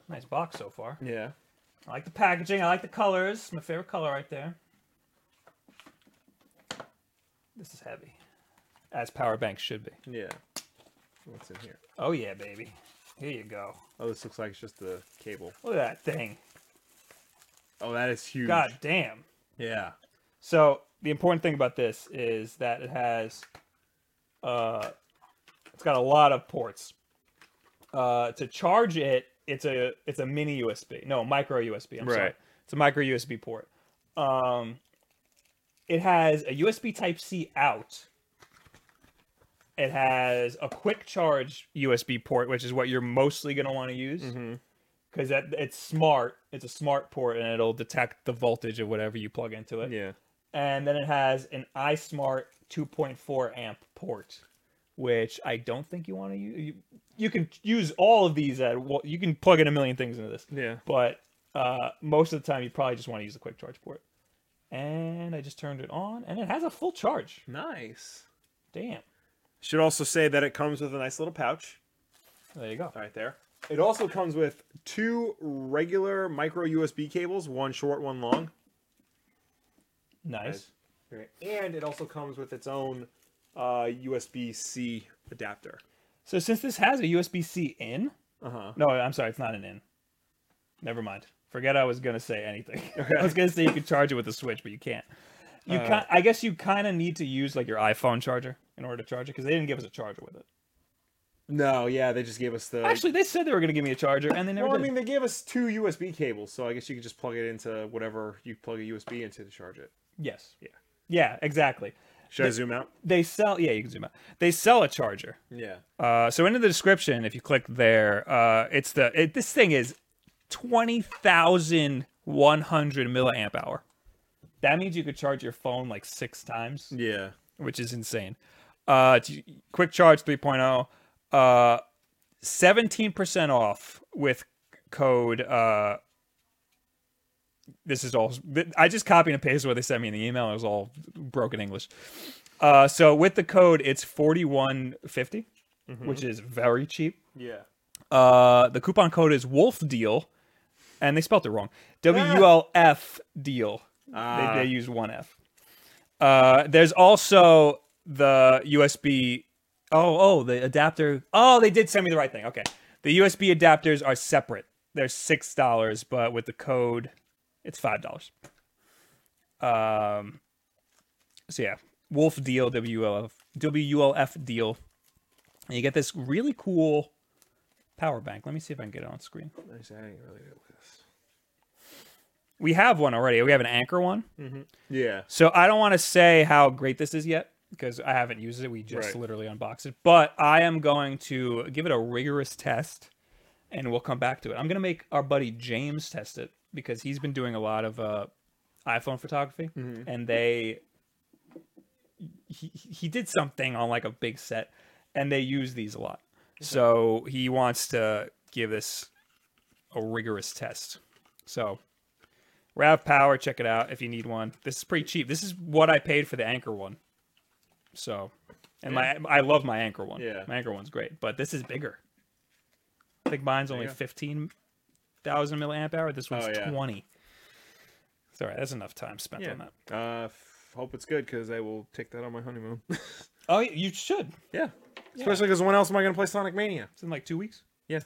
Nice box so far. Yeah. I like the packaging, I like the colors. My favorite color right there. This is heavy, as power banks should be. Yeah. What's in here? Oh, yeah, baby. Here you go. Oh, this looks like it's just the cable. Look at that thing. Oh, that is huge. God damn. Yeah. So the important thing about this is that it has, uh, it's got a lot of ports. Uh, to charge it, it's a it's a mini USB. No, micro USB. I'm sorry. Right. It's a micro USB port. Um, it has a USB Type C out. It has a quick charge USB port, which is what you're mostly going to want to use because that it's smart. It's a smart port, and it'll detect the voltage of whatever you plug into it. Yeah. And then it has an iSmart 2.4 amp port, which I don't think you want to use. You, you can use all of these at wa- you can plug in a million things into this. Yeah. But uh, most of the time, you probably just want to use the quick charge port. And I just turned it on, and it has a full charge. Nice. Damn. Should also say that it comes with a nice little pouch There you go. right there. It also comes with two regular micro USB cables, one short, one long. Nice. And it also comes with its own uh, USB C adapter. So since this has a USB C in, Uh huh. no, I'm sorry, it's not an in. Never mind. Forget I was gonna say anything. I was gonna say you could charge it with a switch, but you can't. You Uh, can I guess you kind of need to use like your iPhone charger in order to charge it because they didn't give us a charger with it. No, yeah, they just gave us the. Actually, they said they were gonna give me a charger, and they never well, I did. mean, they gave us two USB cables, so I guess you could just plug it into whatever you plug a USB into to charge it. yes. Yeah. Yeah. Exactly. Should I zoom out? They sell. Yeah, you can zoom out. They sell a charger. Yeah. Uh, so into the description, if you click there, uh, it's the it, this thing is twenty thousand one hundred milliamp hour. That means you could charge your phone like six times, Yeah. which is insane. Uh, it's- quick charge 3.0, uh, 17% off with code. Uh, this is all. I just copied and pasted what they sent me in the email. It was all broken English. Uh, so with the code, it's 4150, which is very cheap. Yeah. Uh, the coupon code is Wolf Deal, and they spelled it wrong. W U L F Deal. Ah. They, they use one F. Uh, there's also the USB. Oh, oh, the adapter. Oh, they did send me the right thing. Okay, the USB adapters are separate. They're six dollars, but with the code, it's five dollars. Um. So yeah, Wolf Deal W L F W U L F Deal, and you get this really cool power bank. Let me see if I can get it on screen. I just- I ain't really good with this. We have one already. We have an anchor one. Yeah. So I don't want to say how great this is yet because I haven't used it. We just Right. literally unboxed it. But I am going to give it a rigorous test and we'll come back to it. I'm going to make our buddy James test it because he's been doing a lot of uh, iPhone photography and they he, he did something on like a big set and they use these a lot. So he wants to give this a rigorous test. So Rav Power, check it out if you need one. This is pretty cheap. This is what I paid for the Anchor one. So, and my I love my Anchor one. Yeah. my Anchor one's great, but this is bigger. I think mine's only you go. fifteen thousand milliamp hour. This one's Oh, yeah. twenty. Sorry, that's enough time spent on that. Uh, f- hope it's good because I will take that on my honeymoon. Oh, you should. yeah. Especially because when else am I going to play Sonic Mania? It's in like two weeks. Yeah.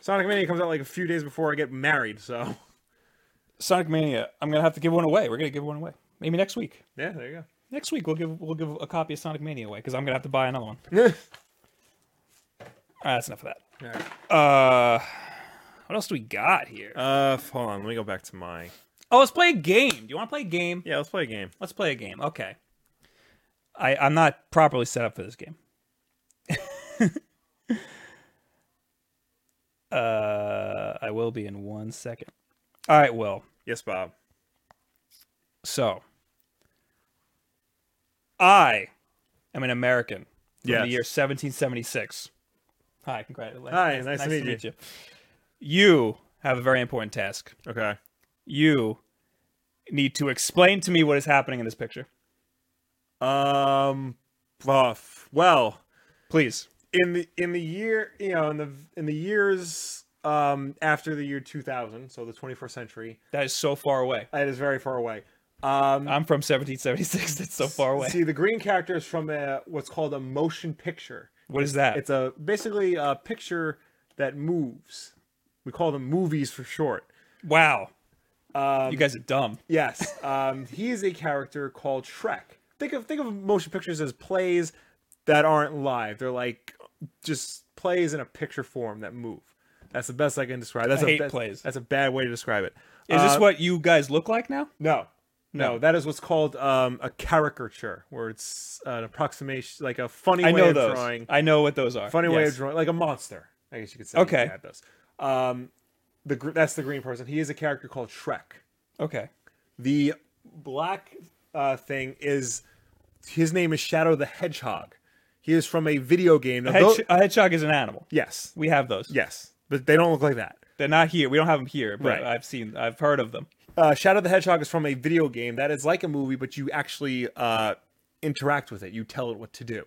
Sonic Mania comes out like a few days before I get married, so. Sonic Mania. I'm gonna have to give one away. We're gonna give one away. Maybe next week. Yeah, there you Next week we'll give we'll give a copy of Sonic Mania away because I'm gonna have to buy another one. go. Ah, that's enough of that. All right. Uh, what else do we got here? Uh, f- hold on. Let me go back to my. Oh, let's play a game. Do you want to play a game? Yeah, let's play a game. Let's play a game. Okay. I, I'm not properly set up for this game. uh, I will be in one second. All right, Will. Yes, Bob. So, I am an American from Yes. the year 1776. Hi, congratulations. Hi, nice to meet you. You have a very important task. Okay. You need to explain to me what is happening in this picture. Um, buff. Well, Please. in the in the year, you know, in the in the years um after the year 2000, so the 21st century, That is so far away. that is very far away. Um, I'm from 1776. That's so Ah, far away. see the green character is from a, what's called a motion picture. What is that? It's a basically a picture that moves. We call them movies for short. wow. Um, you guys are dumb. Yes, um, he is a character called Shrek. Think of think of motion pictures as plays that aren't live. They're like just plays in a picture form that move. That's the best I can describe. That's I a hate that's- plays. That's a bad way to describe it. Is this Uh, what you guys look like now? No, no, No. that is what's called um, a caricature, where it's an approximation, like a funny I way know of those. drawing, I know what those are. funny way Yes. of drawing, like a monster. I guess you could say. Okay. you could add those. Um, the gr- that's the green person. He is a character called Shrek. Okay. The black uh, thing is his name is Shadow the Hedgehog. He is from a video game. Now, A, hedge- tho- a hedgehog is an animal. yes, We have those. yes, but they don't look like that. They're not here. We don't have them here, but Right. I've seen, I've heard of them. uh, Shadow the Hedgehog is from a video game that is like a movie, but you actually uh, interact with it. You tell it what to do.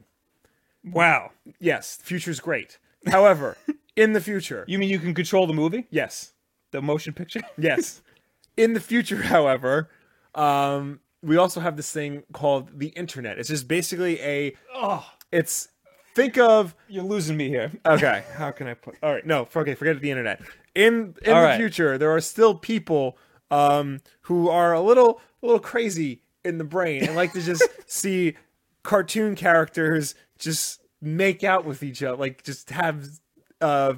Wow. Yes, the future's great. However, in the future, You mean you can control the movie, yes, the motion picture? yes, in the future, however, um, we also have this thing called the internet. It's just basically a. oh, It's think of you're losing me here. okay. How can I put? All right, no, okay, forget the internet. In in All the right. future, there are still people um, who are a little a little crazy in the brain and like to just see cartoon characters just make out with each other, like just have uh,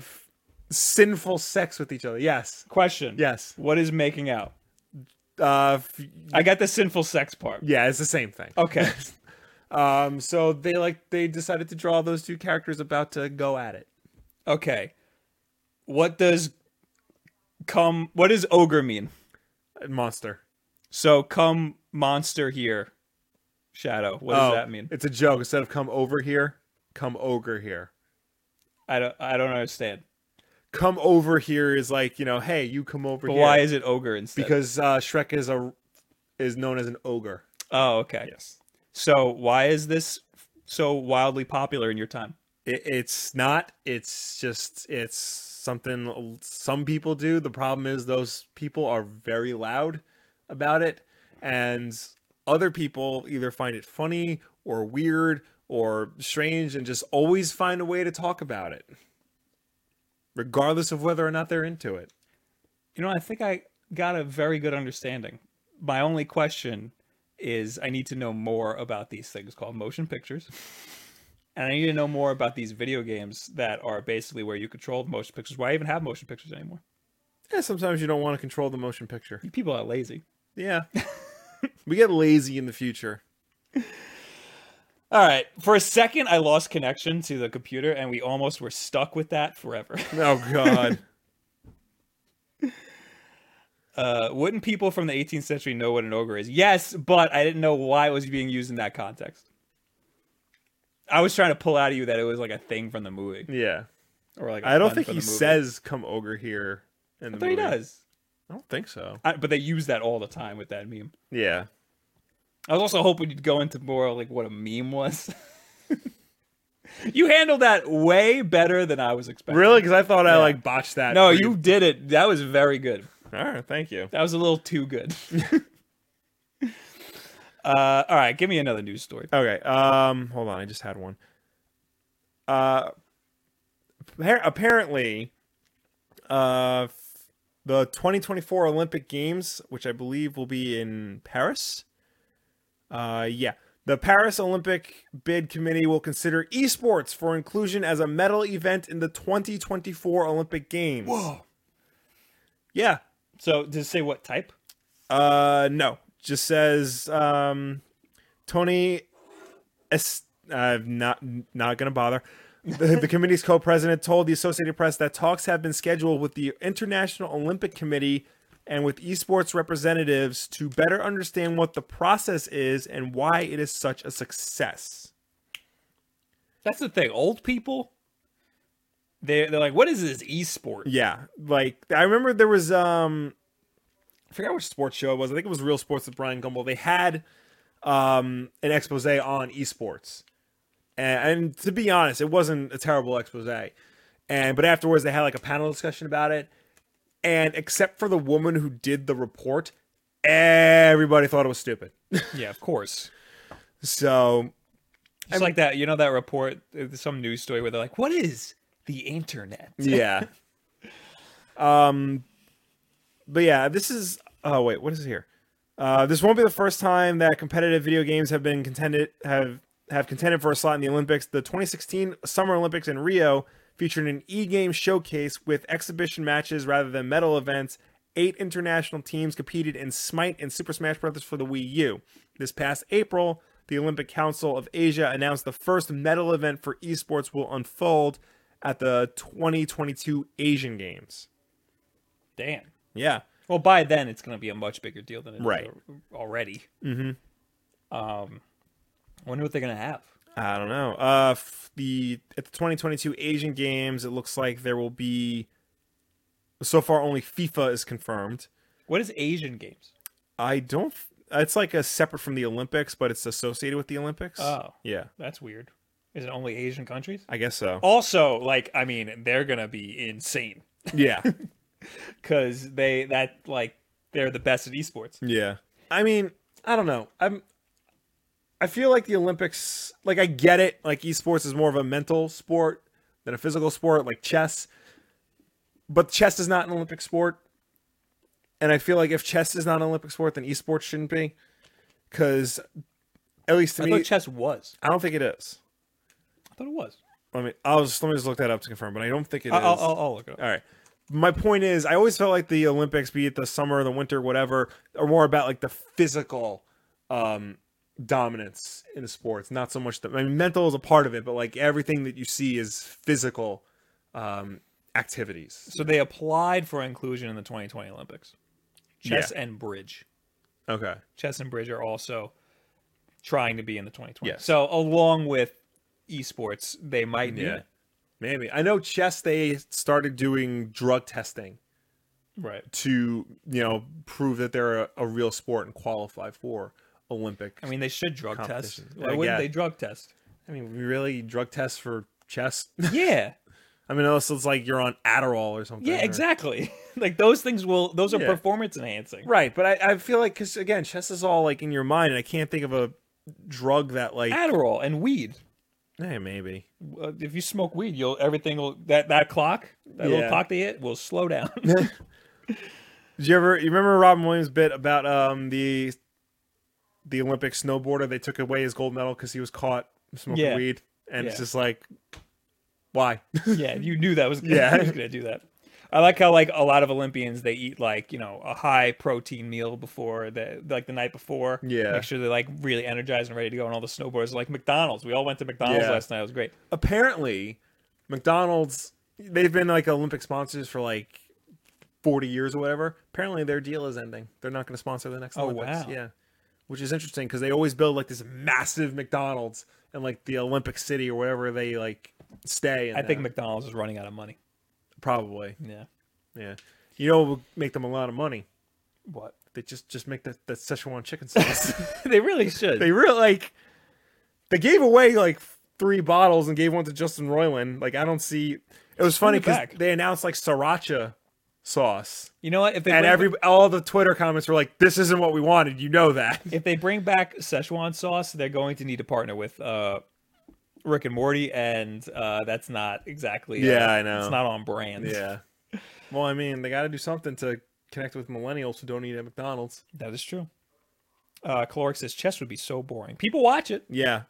sinful sex with each other. Yes, Question. yes. What is making out? Uh, f- I got the sinful sex part. yeah, it's the same thing. Okay. Um, so they like they decided to draw those two characters about to go at it. okay. What does come? What does ogre mean? Monster. So come monster here, shadow. What does Oh, that mean? It's a joke. Instead of come over here, come ogre here. I don't. I don't understand. Come over here is like you know, hey, you come over But here. why is it ogre instead? because uh, Shrek is a is known as an ogre. oh, okay. Yes, So why is this so wildly popular in your time? it, it's not. It's just it's something some people do. The problem is those people are very loud about it, and other people either find it funny or weird or strange, and just always find a way to talk about it, regardless of whether or not they're into it. You know, I think I got a very good understanding. My only question is I need to know more about these things called motion pictures. And I need to know more about these video games that are basically where you control the motion pictures. Why even have motion pictures anymore? Yeah, sometimes you don't want to control the motion picture. You people are lazy. Yeah. we get lazy in the future. All right. For a second, I lost connection to the computer and we almost were stuck with that forever. Oh god. Uh, wouldn't people from the 18th century know what an ogre is? Yes, but I didn't know why it was being used in that context. I was trying to pull out of you that it was like a thing from the movie. yeah. or like a I don't pun think for he the movie. says come ogre here in the I thought he movie. does. I don't think so. I, but they use that all the time with that meme. Yeah. I was also hoping you'd go into more like what a meme was. you handled that way better than I was expecting. Really? Because I thought I Yeah. like botched that. No, pretty- you did it. That was very good. All right, thank you. That was a little too good. uh, all right, give me another news story. Okay. Um, hold on. I just had one. Uh, appar- apparently, uh, f- the 2024 Olympic Games, which I believe will be in Paris. Uh, yeah. The Paris Olympic bid committee will consider esports for inclusion as a medal event in the 2024 Olympic Games. Whoa. Yeah. So, does it say what type? Uh, no. Just says um, Tony. Es- I'm not not gonna bother. The, the committee's co-president told the Associated Press that talks have been scheduled with the International Olympic Committee and with esports representatives to better understand what the process is and why it is such a success. That's the thing. Old people, they they're like, what is this e-sport? Yeah, like I remember there was um, I forgot which sports show it was. I think it was Real Sports with Brian Gumbel. They had um an expose on esports, and, and to be honest, it wasn't a terrible expose. And but afterwards, they had like a panel discussion about it, and except for the woman who did the report, everybody thought it was stupid. yeah of course. So It's like that, you know, that report, uh, some news story where they're like, "What is the internet?" yeah. um, but yeah, this is. Oh wait, what is here? Uh, this won't be the first time that competitive video games have been contended have have contended for a slot in the Olympics. The 2016 Summer Olympics in Rio featured an e-game showcase with exhibition matches rather than medal events. Eight international teams competed in Smite and Super Smash Bros. for the Wii U. This past April, the Olympic Council of Asia announced the first medal event for esports will unfold at the 2022 Asian Games. Damn. Yeah. Well, by then it's going to be a much bigger deal than it is Right. Mm-hmm. al- already. Mm-hmm. Um, I wonder what they're going to have. I don't know. Uh, f- the at the 2022 Asian Games, it looks like there will be. So far, only FIFA is confirmed. What is Asian Games? I don't. It's like a separate from the Olympics, but it's associated with the Olympics. Oh. yeah, That's weird. Is it only Asian countries? I guess Oh. so. Also, like, I mean, they're going to be insane Yeah, because they, that, like, they're the best at esports. yeah. I mean, I don't know. I'm. I feel like the Olympics. Like I get it. Like esports is more of a mental sport than a physical sport, like chess. But chess is not an Olympic sport, and I feel like if chess is not an Olympic sport, then esports shouldn't be. Because, at least to I me, thought chess was. I don't think it is. I thought it was. Let me. I'll just let me just look that up to confirm. But I don't think it is. I'll, I'll, I'll look it up. All right. My point is, I always felt like the Olympics, be it the summer, the winter, whatever, are more about like the physical um, dominance in sports, not so much the I mean, mental is a part of it, but like everything that you see is physical um, activities. So they applied for inclusion in the 2020 Olympics. Chess and bridge. Okay. Chess and bridge are also trying to be in the 2020. Yes. So along with esports, they might need Yeah. it. Maybe I know chess. They started doing drug testing Right. to you know prove that they're a, a real sport and qualify for Olympic. I mean, they should drug test. Competition. Why Uh, wouldn't yeah. they drug test? I mean, really drug tests for chess. Yeah. I mean, unless it's like you're on Adderall or something. Yeah, or- exactly. like those things will those are Yeah. performance enhancing. Right, but I, I feel like because again, chess is all like in your mind, and I can't think of a drug that like. Adderall and weed. Eh, maybe. Uh, If you smoke weed, you'll everything will that that clock, that Yeah. little clock they hit will slow down. Did you ever you remember Robin Williams bit about um the the Olympic snowboarder? They took away his gold medal because he was caught smoking Yeah. weed, and it's Yeah. just like, why? yeah, you knew that was gonna, Yeah. yeah. was going to do that. I like how like a lot of Olympians they eat like you know a high protein meal before the like the night before. Yeah. make sure they're like really energized and ready to go. And all the snowboarders are like McDonald's. We all went to McDonald's Yeah. last night. It was great. Apparently, McDonald's they've been like Olympic sponsors for like. 40 years or whatever. Apparently their deal is ending. They're not going to sponsor the next Oh, Olympics. wow. Yeah. which is interesting because they always build like this massive McDonald's in like the Olympic City or wherever they like stay. in I think that. McDonald's is running out of money. probably, Yeah, yeah. You know, what would make them a lot of money. what They just just make that that Szechuan chicken sauce. they really should. they really like. They gave away like three bottles and gave one to Justin Roiland. Like I don't see. It was funny it because back. they announced like sriracha sauce, you know what? If they and bring, every all the Twitter comments were like, "This isn't what we wanted." You know that. if they bring back Szechuan sauce, they're going to need to partner with uh, Rick and Morty, and uh, that's not exactly. uh, Yeah, I know. It's not on brand. Yeah. Well, I mean, they got to do something to connect with millennials who don't eat at McDonald's. That is true. Uh, caloric says chess would be so boring. People watch it. Yeah.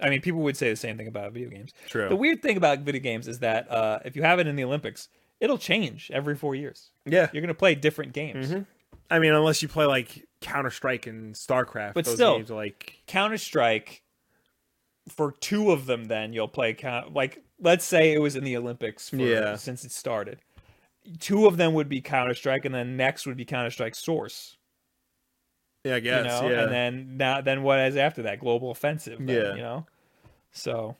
I mean, people would say the same thing about video games. True. The weird thing about video games is that uh, if you have it in the Olympics, it'll change every four years. Yeah. You're going to play different games. Mm-hmm. I mean, unless you play like Counter Strike and StarCraft, But those still. games are like Counter Strike, for two of them, then you'll play count. Like, let's say it was in the Olympics for, Yeah. since it started. Two of them would be Counter Strike, and then next would be Counter Strike Source. yeah, I you guess know yeah. and then now then what is after that global offensive then, Yeah. you know so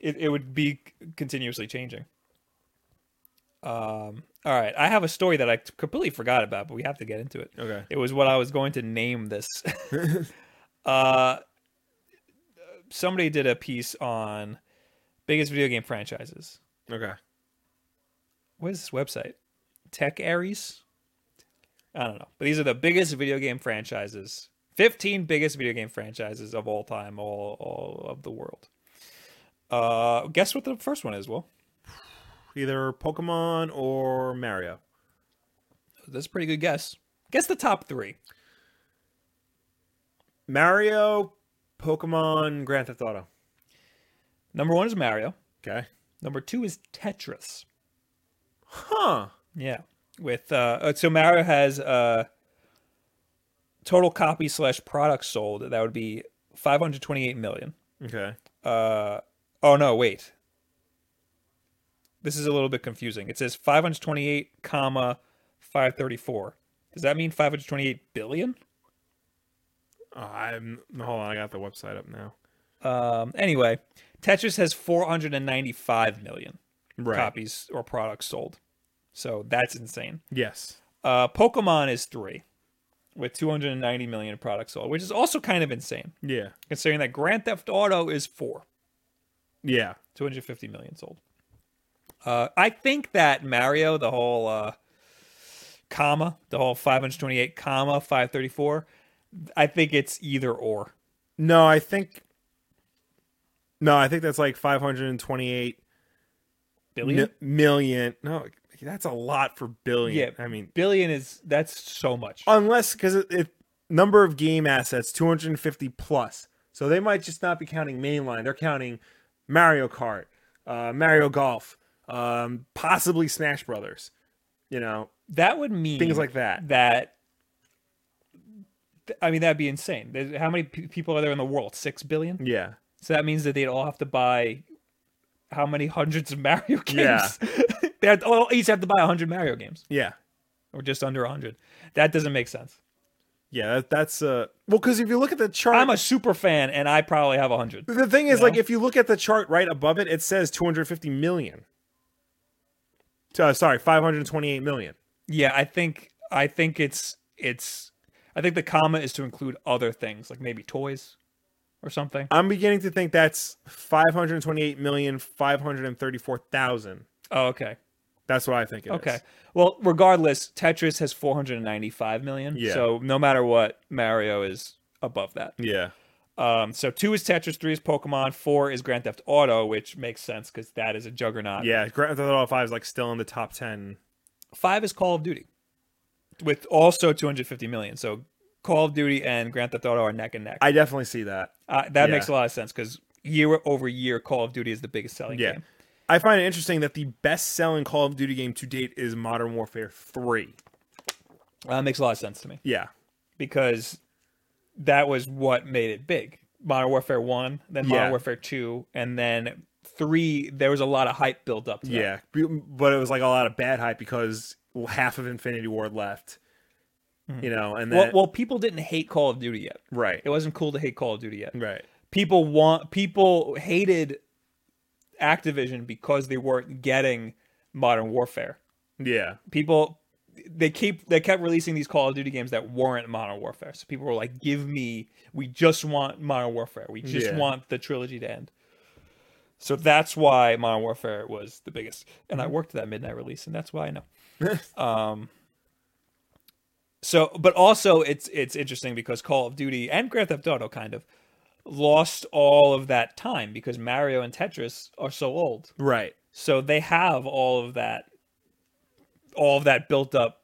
it, it would be c- continuously changing um all right i have a story that i t- completely forgot about but we have to get into it okay. it was what i was going to name this uh somebody did a piece on biggest video game franchises Okay. what is this website? Tech Aries? I don't know. But these are the biggest video game franchises. 15 biggest video game franchises of all time, all, all of the world. Uh, guess what the first one is, Well, Either Pokemon or Mario. That's a pretty good guess. Guess the top three. Mario, Pokemon, Grand Theft Auto. Number one is Mario. Okay. Number two is Tetris. Huh. Yeah. With uh so Mario has uh total copy slash products sold, that would be five hundred twenty eight million. Okay. Uh oh no, wait. This is a little bit confusing. It says five hundred twenty eight comma five thirty four. Does that mean five hundred twenty eight billion? Oh, I'm hold on. I got the website up now. Um anyway, Tetris has four hundred and ninety five million Right. copies or products sold. So that's insane. Yes. Uh, Pokemon is three, with 290 million products sold, which is also kind of insane Yeah. considering that Grand Theft Auto is four, Yeah. 250 million sold. Uh, I think that Mario, the whole uh, comma, the whole 528 comma 534, I think it's either or. No, I think. No, I think that's like 528 Billion, n- million. No, that's a lot for billion. Yeah. I mean, billion is that's so much. unless because it, it number of game assets 250 plus, so they might just not be counting mainline. They're counting Mario Kart, uh, Mario Golf, um, possibly Smash Brothers. You know, that would mean things like that. that th- I mean that'd be insane. There's, how many pe people are there in the world? Six billion. Yeah. So that means that they'd all have to buy how many hundreds of Mario Yeah. games? they had, all each have to buy hundred Mario games, Yeah. or just under hundred. That doesn't make sense. Yeah, that, that's uh well because if you look at the chart, I'm a super fan, and I probably have hundred. the thing you is know? like if you look at the chart right above it, it says 250 million. Uh, sorry, 528 million. Yeah, I think I think it's it's I think the comma is to include other things like maybe toys or something. I'm beginning to think that's 528 million 534 thousand. Oh, okay. That's what I think it is. Okay. Well, regardless, Tetris has 495 million. Yeah. So no matter what, Mario is above that. Yeah. Um, so two is Tetris, three is Pokemon, four is Grand Theft Auto, which makes sense because that is a juggernaut. Yeah, Grand Theft Auto 5 is like still in the top 10. Five is Call of Duty, with also 250 million. So Call of Duty and Grand Theft Auto are neck and neck. I definitely see that. uh, that yeah. makes a lot of sense because year over year, Call of Duty is the biggest selling Yeah. game. I find it interesting that the best-selling Call of Duty game to date is Modern Warfare 3. Uh, that makes a lot of sense to me. Yeah. because that was what made it big. Modern Warfare One, then Modern Yeah. Warfare Two, and then three. There was a lot of hype built up. To that. Yeah, bu- but it was like a lot of bad hype because half of Infinity Ward left, Hmm. you know, and Well, then well, people didn't hate Call of Duty yet. right, It wasn't cool to hate Call of Duty yet. right, People want people hated Activision because they weren't getting Modern Warfare. yeah, People they keep they kept releasing these Call of Duty games that weren't Modern Warfare. So people were like, "Give me, we just want Modern Warfare. We just Yeah. want the trilogy to end." So that's why Modern Warfare was the biggest. And I worked that midnight release, and that's why I know. um, so, but also it's it's interesting because Call of Duty and Grand Theft Auto kind of lost all of that time because Mario and Tetris are so old. right, So they have all of that, all of that built up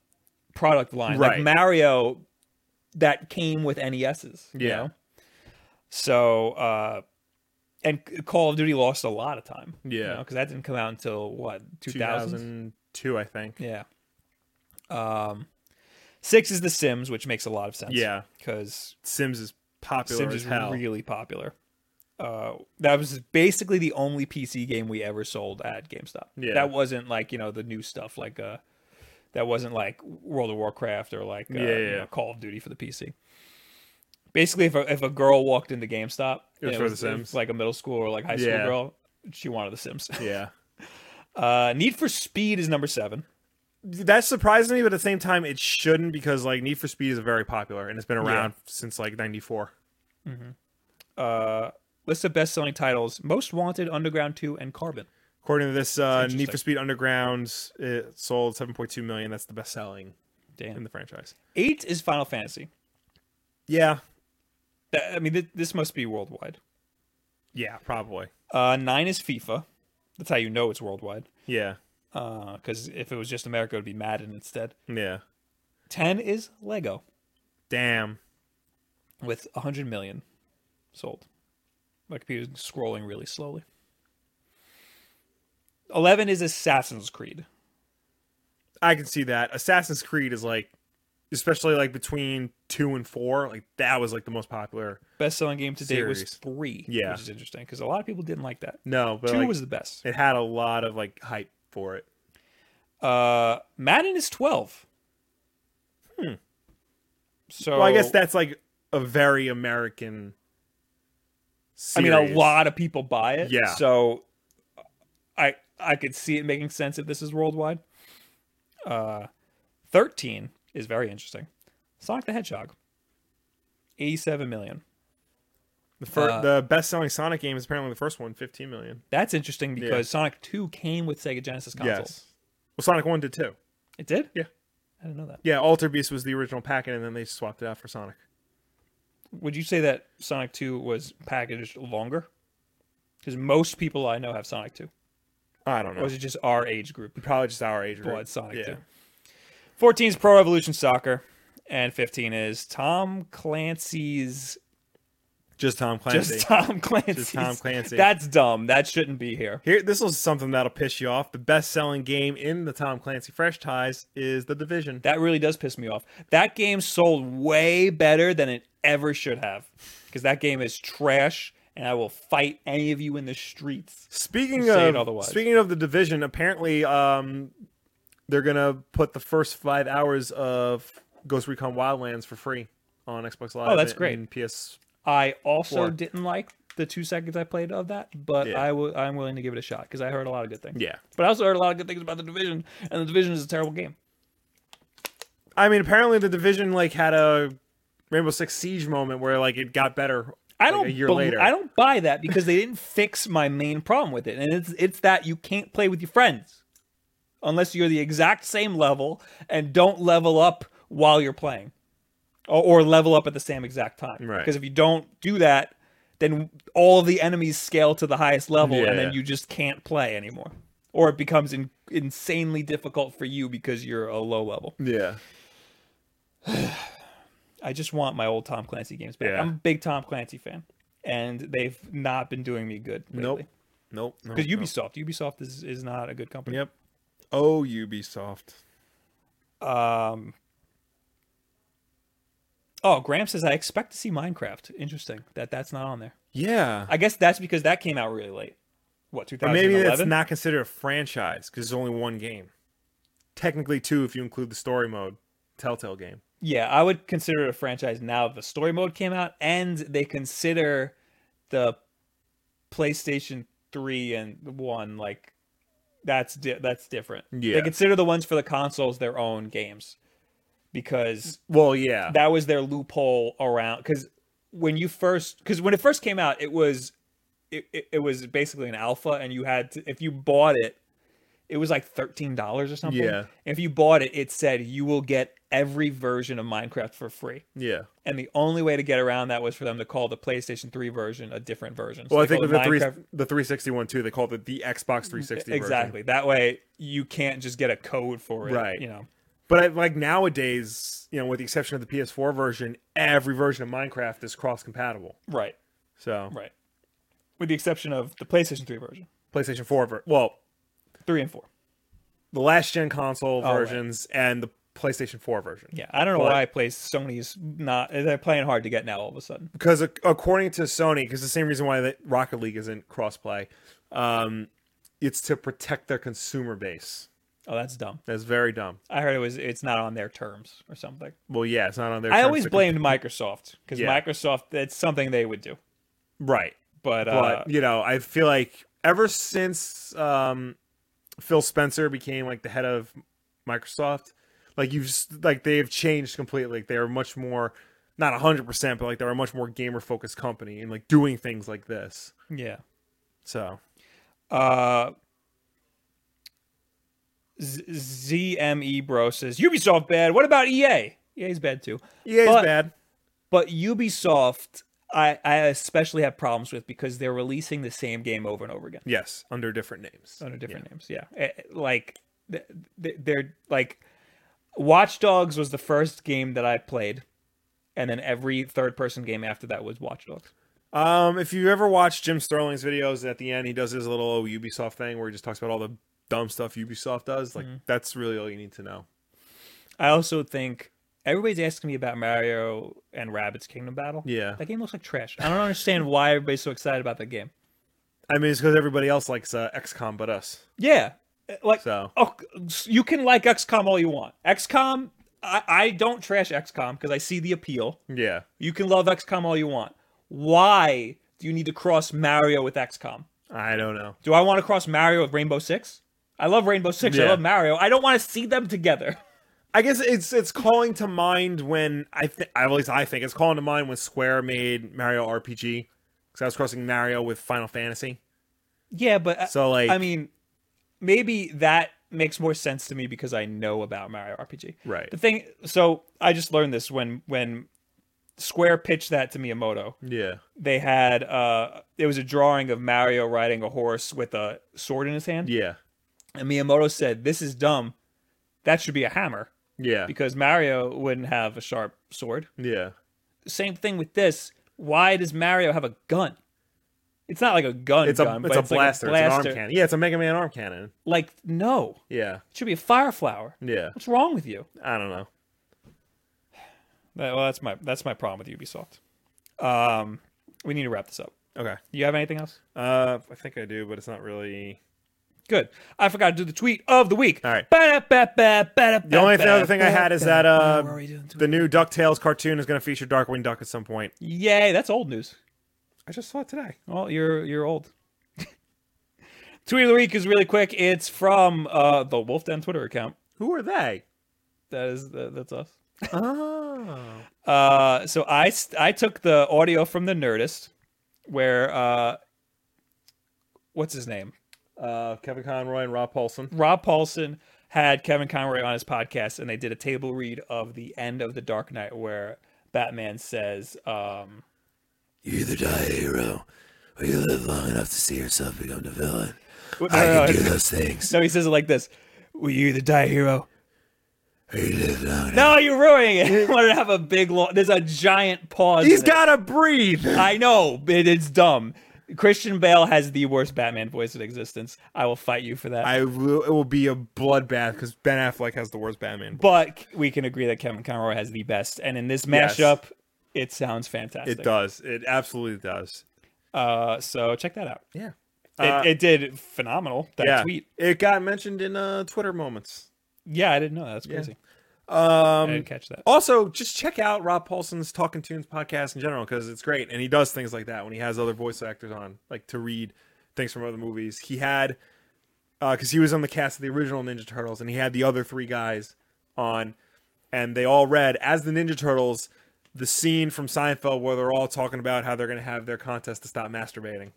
product line, Right. like Mario, that came with NESs. you Yeah. know? So, uh, and C- Call of Duty lost a lot of time. Yeah. Because that didn't come out until what two two thousand. thousand two, I think. Yeah. Um, six is The Sims, which makes a lot of sense. Yeah. Because Sims is popular Sims as is hell. really popular. Uh, that was basically the only PC game we ever sold at GameStop. Yeah. That wasn't like you know the new stuff like uh, that wasn't like World of Warcraft or like uh, Yeah, yeah, you know, yeah. Call of Duty for the PC. Basically, if a, if a girl walked into GameStop, It was and for The Sims. like a middle school or like high school Yeah. girl, she wanted The Sims. yeah, Uh, Need for Speed is number seven. that surprised me, but at the same time, it shouldn't because like Need for Speed is very popular and it's been around since like '94. Uh, list of best selling titles: Most Wanted, Underground Two, and Carbon. According to this, uh, It's Need for interesting. Speed Underground it sold 7.2 million. That's the best selling in Damn. the franchise. Eight is Final Fantasy. Yeah, That, I mean, th- this must be worldwide. yeah, probably. Uh, nine is FIFA. That's how you know it's worldwide. Yeah, Because if it was just America, it would be Madden instead. yeah. Ten is Lego Damn. with 100 million sold. My computer's scrolling really slowly. Eleven is Assassin's Creed. I can see that. Assassin's Creed is like, especially like between two and four, like that was like the most popular. Best selling game to date was Series. three. Yeah. which is interesting because a lot of people didn't like that. No, but Two like, was the best. it had a lot of like hype for it. Uh, Madden is twelve. Hmm. So Well, I guess that's like a very American. I mean, a series. lot of people buy it. Yeah. So I I could see it making sense if this is worldwide. Uh, thirteen is very interesting. Sonic the Hedgehog. Eighty-seven million. The, fir- uh, the best-selling Sonic game is apparently the first one, 15 million. That's interesting Yeah. because Sonic Two came with Sega Genesis console. Yes. Well, Sonic One did too. It did. Yeah. I didn't know that. Yeah, Alter Beast was the original packet, and then they swapped it out for Sonic. Would you say that Sonic Two was packaged longer? Because most people I know have Sonic Two. I don't know. Or is it just our age group? probably just our age. Blood right? Sonic yeah. Two. Fourteen is Pro Evolution Soccer, and fifteen is Tom Clancy's. Just Tom Clancy. Just Tom Clancy's. Tom Clancy. That's dumb. That shouldn't be here. Here, this is something that'll piss you off. The best-selling game in the Tom Clancy Fresh Ties is The Division. That really does piss me off. That game sold way better than it ever should have, because that game is trash, and I will fight any of you in the streets. Speaking You're saying of otherwise. speaking of the division, apparently um, they're gonna put the first five hours of Ghost Recon Wildlands for free on Xbox Live. Oh, that's great. And PS. I also Four. didn't like the two seconds I played of that, but Yeah. I will. I'm willing to give it a shot because I heard a lot of good things. Yeah, But I also heard a lot of good things about the division, and the division is a terrible game. I mean, apparently the division like had a Rainbow Six Siege moment where like it got better. I like, don't a year bel- later. I don't buy that because they didn't fix my main problem with it, and it's it's that you can't play with your friends unless you're the exact same level and don't level up while you're playing, or, or level up at the same exact time. Right. Because if you don't do that, then all of the enemies scale to the highest level, Yeah. and then you just can't play anymore, or it becomes in- insanely difficult for you because you're a low level. Yeah, I just want my old Tom Clancy games back. Yeah. I'm a big Tom Clancy fan, and they've not been doing me good nope, lately. nope. nope, Because nope. Ubisoft, Ubisoft is, is not a good company. Yep. Oh, Ubisoft. Um. Oh, Graham says I expect to see Minecraft. Interesting that that's not on there. Yeah. I guess that's because that came out really late. What But maybe 2011? that's not considered a franchise because it's only one game. Technically, two if you include the story mode, Telltale game. Yeah, I would consider it a franchise now if the story mode came out and they consider the PlayStation 3 and 1 like that's di- that's different. They Yeah. consider the ones for the consoles their own games because Well, yeah. that was their loophole around cuz when you first cuz when it first came out it was it, it, it was basically an alpha and you had to if you bought it it was like $13 or something. Yeah. If you bought it it said you will get every version of Minecraft for free. yeah. And the only way to get around that was for them to call the PlayStation 3 version a different version. So Well, I they think with called the three, Minecraft- the 360 one too, they called it the Xbox 360. Exactly. That way you can't just get a code for it. Right. You know. Version. But I, like nowadays, you know, with the exception of the PS4 version, every version of Minecraft is cross compatible. Right. So Right. With the exception of the PlayStation 3 version, PlayStation 4, ver- well, 3 and 4. the last gen console Oh, right. versions and the PlayStation 4 version. Yeah. I don't know But- why I play Sony's not they're playing hard to get now all of a sudden. because ac- according to Sony, because the same reason why the Rocket League isn't crossplay, um, it's to protect their consumer base. Oh, that's dumb. That's very dumb. I heard it was it's not on their terms or something. Well, yeah, it's not on their. I terms always to- blamed Microsoft cuz Yeah. Microsoft that's something they would do. right, But, uh but you know, I feel like ever since um, Phil Spencer became like the head of Microsoft, like you've s- like they have changed completely. Like, they are much more, not hundred percent, but like they're a much more gamer focused company and like doing things like this. yeah. So Uh, Z- ZME Bro says Ubisoft bad. What about E EA? EA's bad too. yeah, it's But- bad. But Ubisoft, I, I especially have problems with because they're releasing the same game over and over again Yes, under different names. under different names. Yeah, Eh, eh, like th- th- they're like Watch Dogs was the first game that I played, and then every third person game after that was Watch Dogs. Um, if you ever watch Jim Sterling's videos, at the end he does his little oh, Ubisoft thing where he just talks about all the dumb stuff Ubisoft does. Mm-hmm. Like that's really all you need to know. I also think everybody's asking me about Mario and Rabbit's Kingdom Battle. Yeah. That game looks like trash. I don't understand why everybody's so excited about that game. I mean, it's because everybody else likes uh, XCOM but us. Yeah. Like So. oh, you can like XCOM all you want. XCOM I, I don't trash XCOM because I see the appeal. Yeah, You can love XCOM all you want. Why do you need to cross Mario with XCOM? I don't know. Do I want to cross Mario with Rainbow Six? I love Rainbow Six. I Yeah. love Mario. I don't want to see them together. I guess it's it's calling to mind when I think at least I think it's calling to mind when Square made Mario RPG because I was crossing Mario with Final Fantasy. Yeah, but uh, So like, I mean, maybe that makes more sense to me because I know about Mario RPG. Right. The thing, so I just learned this when when Square pitched that to Miyamoto. yeah, They had uh, it was a drawing of Mario riding a horse with a sword in his hand, yeah, and Miyamoto said, "This is dumb. That should be a hammer yeah, because Mario wouldn't have a sharp sword." yeah. Same thing with this. Why does Mario have a gun? It's not like a gun. It's a gun, it's but a like blaster. It's an arm cannon. Yeah, it's a Mega Man arm cannon. Like no, Yeah, it should be a fire flower. yeah. What's wrong with you? I don't know. That- well, that's my that's my problem with Ubisoft. Um, we need to wrap this up. Okay. You have anything else? Uh, I think I do, but it's not really. Good. I forgot to do the tweet of the week. All right. The The only thing- other thing I had is that uh, the new Ducktales cartoon is going to feature Darkwing Duck at some point. Yay, that's old news. I just saw it today. Well, you're you're old. tweet of the week is really quick. It's from uh, the Wolf Den Twitter account. Who are they? That is that, that's us. Oh, Uh, so I st- I took the audio from the Nerdist, where uh, what's his name? uh, Kevin Conroy and Rob Paulson. Rob Paulson had Kevin Conroy on his podcast, and they did a table read of the end of the Dark Knight, where Batman says, um, You either die a hero or you live long enough to see yourself become the villain. no, I no, can do those things. no, he says it like this: "Will you either die a hero?" Or you live long enough. No, you're ruining it. I wanted to have a big, long. There's a giant pause. He's in it. got to breathe. I know, but it's dumb. Christian Bale has the worst Batman voice in existence. I will fight you for that. I will, it will be a bloodbath because Ben Affleck has the worst Batman. voice. but we can agree that Kevin Conroy has the best, and in this Yes. mashup, it sounds fantastic. It does. It absolutely does. Uh, so check that out. Yeah. It, it did phenomenal. That Uh, yeah. tweet. It got mentioned in uh, Twitter moments. Yeah, I didn't know that. That's crazy. I Um, didn't catch that. also, just check out Rob Paulson's Talking Tunes podcast in general because it's great, and he does things like that when he has other voice actors on, like to read things from other movies. He had because he was on the cast of the original Ninja Turtles, and he had the other three guys on, and they all read as the Ninja Turtles the scene from Seinfeld where they're all talking about how they're going to have their contest to stop masturbating.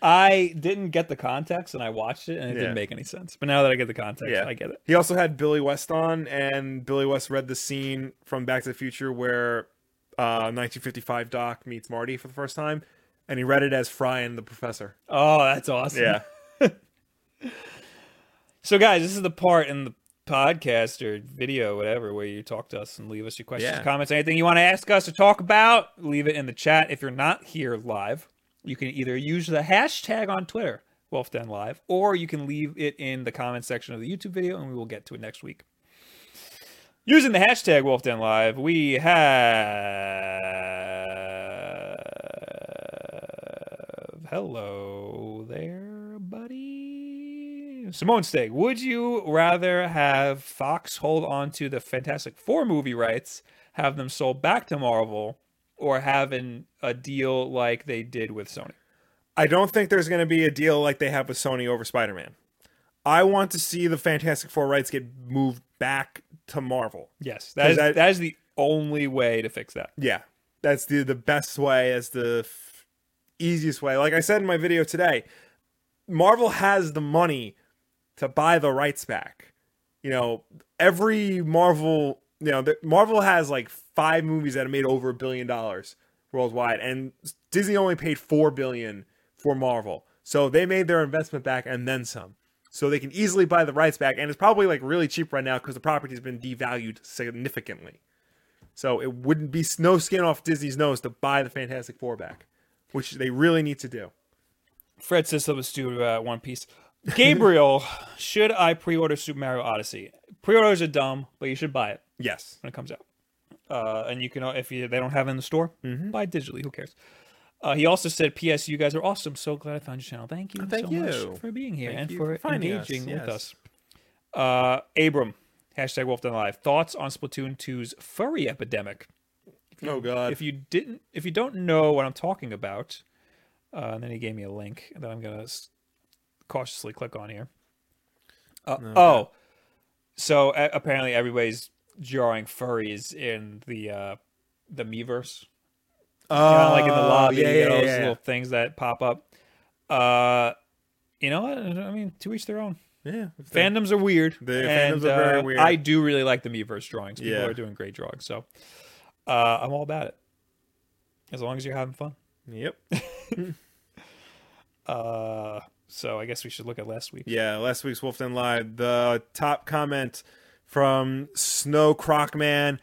I didn't get the context, and I watched it, and it Yeah. didn't make any sense. But now that I get the context, I get it. He also had Billy West on, and Billy West read the scene from Back to the Future where uh, 1955 Doc meets Marty for the first time, and he read it as Fry and the Professor. Oh, that's awesome. So, guys, this is the part in the podcast or video, whatever, where you talk to us and leave us your questions, Yeah. comments, anything you want to ask us or talk about. Leave it in the chat. If you're not here live, you can either use the hashtag on Twitter, WolfDenLive, Live, or you can leave it in the comment section of the YouTube video, and we will get to it next week. Using the hashtag WolfDenLive, Live, we have. Hello there, buddy. Simone Steg, would you rather have Fox hold on to the Fantastic Four movie rights, have them sold back to Marvel, or have an, a deal like they did with Sony? I don't think there's going to be a deal like they have with Sony over Spider Man. I want to see the Fantastic Four rights get moved back to Marvel. Yes, that is, that- that is the only way to fix that. Yeah, that's the the best way. That's the f- easiest way. Like I said in my video today, Marvel has the money to buy the rights back. You know, every Marvel, you know, the, Marvel has like five movies that have made over a billion dollars worldwide, and Disney only paid four billion for Marvel, so they made their investment back and then some. So they can easily buy the rights back, and it's probably like really cheap right now because the property's been devalued significantly. So it wouldn't be s- no skin off Disney's nose to buy the Fantastic Four back, which they really need to do. Fred says something stupid about uh, One Piece. Gabriel, should I pre-order Super Mario Odyssey? Pre-orders are dumb, but you should buy it Yes. when it comes out. Uh, and you can if you, they don't have it in the store, Mm-hmm. buy it digitally. Who cares? Uh, he also said, "P.S. You guys are awesome. So glad I found your channel. Thank you Oh, thank so you. much for being here Thank and you for for finding us, engaging with yes. us." Uh, Abram, hashtag Wolf Den Live. Thoughts on Splatoon 2's furry epidemic? Oh God. if you didn't if you don't know what i'm talking about uh, and then he gave me a link that i'm gonna s- cautiously click on here uh, oh so a- apparently everybody's drawing furries in the uh the meverse you know, like in the Oh, lobby Yeah, you know, yeah, those yeah, yeah. little things that pop up uh you know what i mean to each their own Yeah, if they- fandoms are weird. The and, fandoms are very uh, weird. I do really like the Miiverse drawings. People Yeah. are doing great drawings, so uh, I'm all about it. As long as you're having fun. Yep. Uh, so I guess we should look at last week. Yeah, last week's Wolf Den Live, the top comment from Snow Crocman.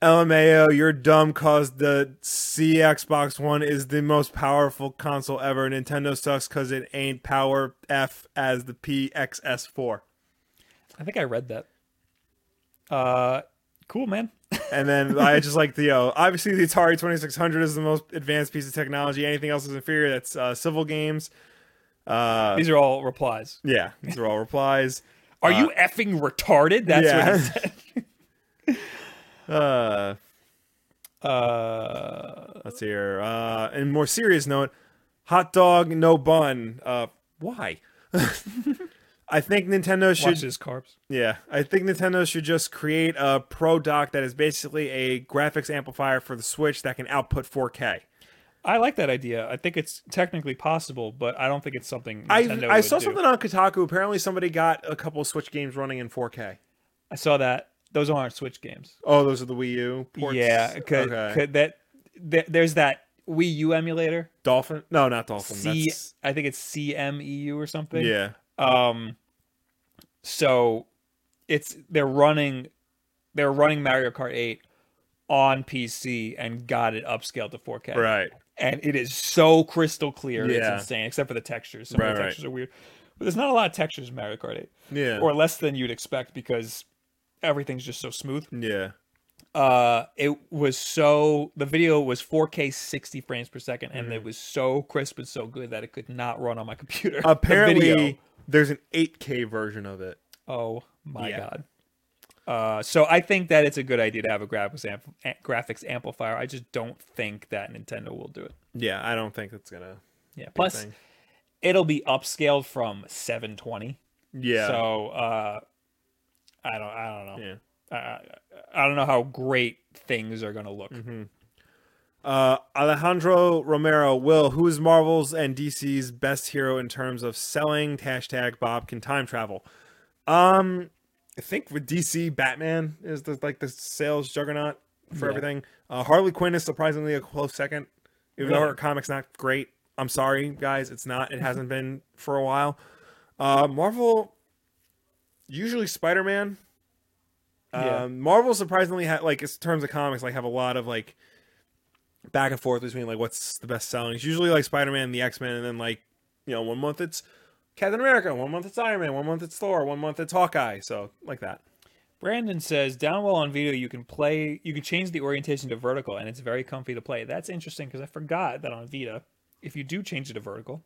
LMAO, you're dumb cause the C Xbox One is the most powerful console ever. Nintendo sucks cause it ain't power F as the PXS4. I think I read that. Uh, cool, man. And then I just like Theo. Obviously, the Atari 2600 is the most advanced piece of technology. Anything else is inferior. That's uh, civil games. Uh, These are all replies. yeah, these are all replies. Are you effing retarded? That's what it said. uh, Uh, Let's hear. Uh, and more serious note, hot dog no bun. Uh, why? I think Nintendo watch should. this, carbs. Yeah, I think Nintendo should just create a Pro Dock that is basically a graphics amplifier for the Switch that can output 4K. I like that idea. I think it's technically possible, but I don't think it's something I Nintendo I would saw do. something on Kotaku. Apparently, somebody got a couple of Switch games running in 4K. I saw that. Those aren't Switch games. Oh, those are the Wii U ports. Yeah, could, okay. could that th- there's that Wii U emulator. Dolphin? No, not Dolphin. C, That's, I think it's CMEU or something. yeah. Um. So, it's they're running, they're running Mario Kart 8 on PC and got it upscaled to 4K. Right. And it is so crystal clear. Yeah. It's insane, except for the textures. Some Right, of the right. textures are weird. But there's not a lot of textures in Mario Kart 8, Yeah. or less than you'd expect because everything's just so smooth. yeah. uh it was so the video was 4k 60 frames per 2nd and Mm. it was so crisp and so good that it could not run on my computer The video. Apparently, there's an 8K version of it. oh my Yeah. god uh so i think that it's a good idea to have a graphics amp- a- graphics amplifier i just don't think that nintendo will do it Yeah, I don't think that's gonna. yeah plus thing. it'll be upscaled from 720 Yeah. so uh i don't i don't know yeah. I, I, I don't know how great things are gonna look Uh, Alejandro Romero, Will, who is Marvel's and DC's best hero in terms of selling? Hashtag Bob can time travel. Um, I think with DC, Batman is the like the sales juggernaut for everything. Uh, Harley Quinn is surprisingly a close second, even though Really? her comic's not great. I'm sorry, guys, it's not. It hasn't been for a while. Uh, Marvel, usually Spider Man. Yeah. Um, Marvel surprisingly had like in terms of comics, like have a lot of like back and forth between like what's the best selling. It's usually like Spider Man, the X Men, and then like you know one month it's Captain America, one month it's Iron Man, one month it's Thor, one month it's Hawkeye, so like that. Brandon says, down well on video, you can play, you can change the orientation to vertical, and it's very comfy to play. That's interesting because I forgot that on Vita, if you do change it to vertical,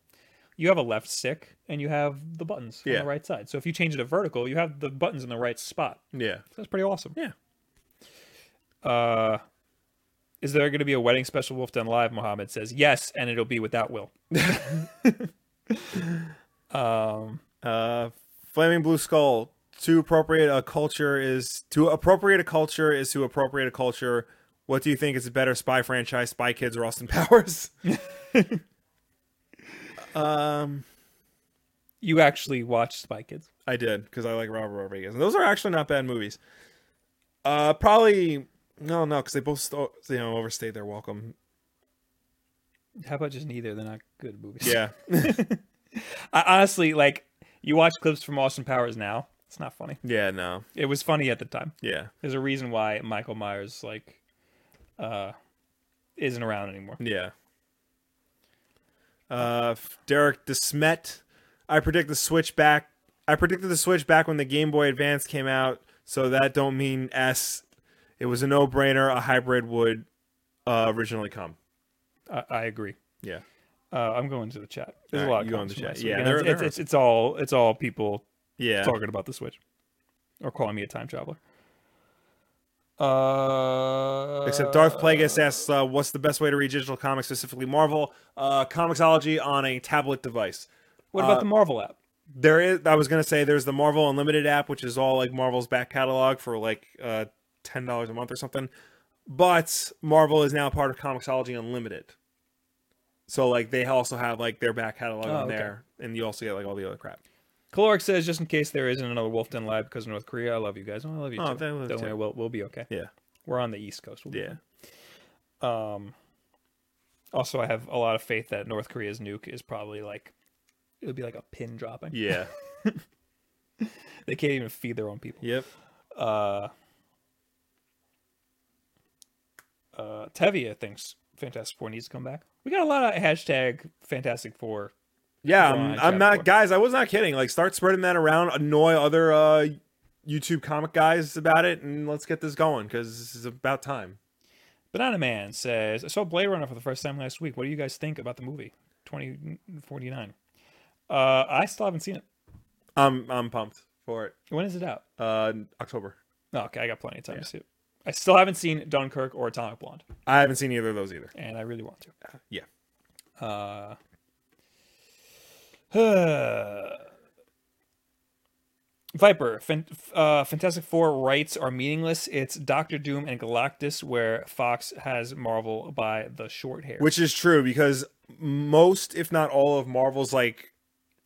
you have a left stick and you have the buttons on Yeah. the right side. So if you change it to vertical, you have the buttons in the right spot. Yeah, That's pretty awesome. yeah. Uh, is there going to be a wedding special Wolf Den Live? Mohammed says, yes, and it'll be without Will. um, Uh, Flaming Blue Skull. To appropriate a culture is to appropriate a culture is to appropriate a culture. What do you think is a better spy franchise, Spy Kids or Austin Powers? um, you actually watched Spy Kids. I did because I like Robert Rodriguez, and those are actually not bad movies. Uh, probably no, no, because they both sto- you know overstayed their welcome. How about just neither? They're not good movies. Yeah, I honestly like you watch clips from Austin Powers now, It's not funny. Yeah, no. It was funny at the time. Yeah. There's a reason why Michael Myers like uh isn't around anymore. Yeah. Uh, f- Derek Desmet. I predict the Switch back. I predicted the Switch back when the Game Boy Advance came out, so that don't mean S. It was a no-brainer. A hybrid would uh, originally come. I, I agree. Yeah. Uh, I'm going to the chat. There's a Alright, lot of you go in comments the from chat. last Yeah, week, and there- it's, there it's, it's, it's all it's all people Yeah. talking about the Switch or calling me a time traveler. Uh, Except Darth Plagueis asks, uh, "What's the best way to read digital comics, specifically Marvel uh, comicsology on a tablet device?" What about the Marvel app? There is. I was gonna say there's the Marvel Unlimited app, which is all like Marvel's back catalog for like uh, ten dollars a month or something. But Marvel is now part of Comicsology Unlimited, so like they also have like their back catalog on okay. there, and you also get like all the other crap. Caloric says, just in case there isn't another Wolf Den live because of North Korea, I love you guys. Oh, I love you Oh, too. they love Don't you worry, too. we'll, we'll be okay. Yeah, We're on the East Coast. We'll be yeah, fine. Um, also, I have a lot of faith that North Korea's nuke is probably like, it would be like a pin dropping. yeah. They can't even feed their own people. yep. Uh, uh, Tevia thinks Fantastic Four needs to come back. We got a lot of hashtag Fantastic Four. Yeah, Go on, I'm, chat I'm not, board. guys. I was not kidding. Like, start spreading that around. Annoy other uh, YouTube comic guys about it, and let's get this going because this is about time. Banana Man says, I saw Blade Runner for the first time last week. What do you guys think about the movie 2049? Uh, I still haven't seen it. I'm I'm pumped for it. When is it out? Uh, October. Oh, okay, I got plenty of time to see it. I still haven't seen Dunkirk or Atomic Blonde, I haven't seen either of those either. and I really want Uh, Yeah. to. Uh, huh. Uh, Viper, fan, uh, Fantastic Four rights are meaningless. It's Doctor Doom and Galactus, where Fox has Marvel by the short hair. Which is true because most, if not all, of Marvel's like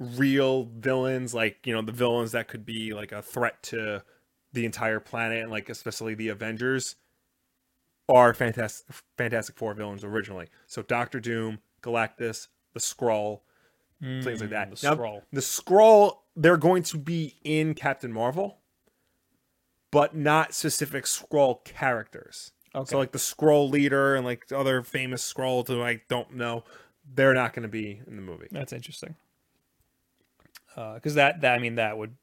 real villains, like you know the villains that could be like a threat to the entire planet, and like especially the Avengers, are Fantastic Fantastic Four villains originally. So Doctor Doom, Galactus, the Skrull, things like that. Mm, the Skrull. the Skrull, they're going to be in Captain Marvel, but not specific Skrull characters. Okay. So like the scroll leader and like the other famous scroll who I don't know, they're not going to be in the movie. That's interesting. Because that, that, I mean, that would.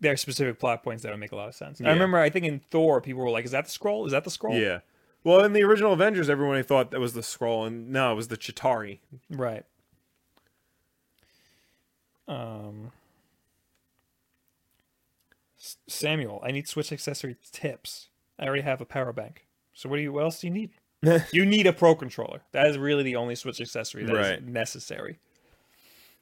There are specific plot points that would make a lot of sense. And I Yeah. remember, I think in Thor, people were like, "Is that the scroll? Is that the scroll?" Yeah. Well, in the original Avengers, everyone thought that was the scroll, and no, it was the Chitari. Right. Um. S- Samuel, I need Switch accessory tips. I already have a power bank. So what do you? What else do you need? you need a pro controller. That is really the only Switch accessory that is Right. necessary.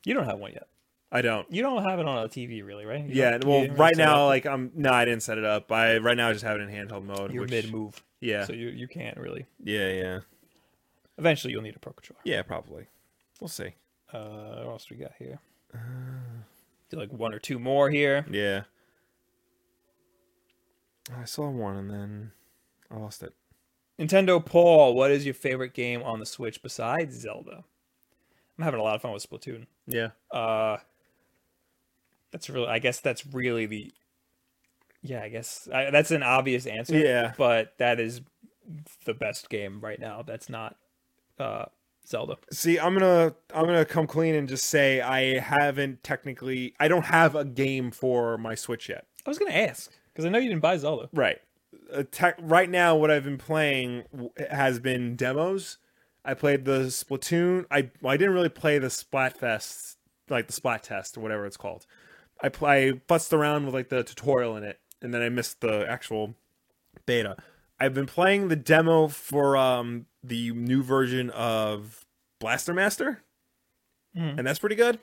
You don't have one yet. I don't. You don't have it on a TV, really, right? You Yeah. don't- you Well, didn't really right set up- now, like I'm no, I didn't set it up. I right now I just have it in handheld mode. you're which- mid move, Yeah. so you you can't really. Yeah. Yeah. Eventually, you'll need a pro controller. Yeah. Probably. We'll see. Uh, what else we got here? Uh. Do like one or two more here. Yeah. I saw one and then I lost it. Nintendo Paul, what is your favorite game on the Switch besides Zelda? I'm having a lot of fun with Splatoon. Yeah. Uh that's really I guess that's really the Yeah, I guess I, that's an obvious answer. Yeah. But that is the best game right now. That's not uh Zelda. See, I'm gonna I'm gonna come clean and just say I haven't technically I don't have a game for my Switch yet. I was going to ask cuz I know you didn't buy Zelda. Right. Uh, tech, right now, what I've been playing w- has been demos. I played the Splatoon. I well, I didn't really play the Splatfest, like the Splat Test or whatever it's called. I play I futzed around with like the tutorial in it, and then I missed the actual beta. I've been playing the demo for um, the new version of Blaster Master, and that's pretty good.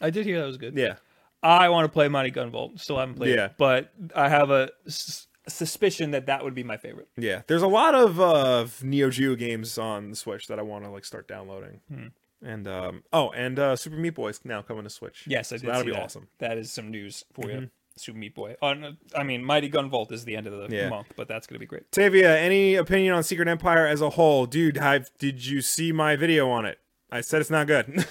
I did hear that was good. Yeah. I want to play Mighty Gunvolt. Still haven't played Yeah. it, but I have a s- suspicion that that would be my favorite. Yeah, there's a lot of uh, Neo Geo games on the Switch that I want to like start downloading. Hmm. And um, oh, and uh, Super Meat Boy is now coming to Switch. Yes, I So did. That'll see be that. awesome. That is some news for you, Mm-hmm. Super Meat Boy. On, I mean, Mighty Gun Vault is the end of the Yeah. month, but that's gonna be great. Tavia, any opinion on Secret Empire as a whole, dude? I've, did you see my video on it? I said it's not good.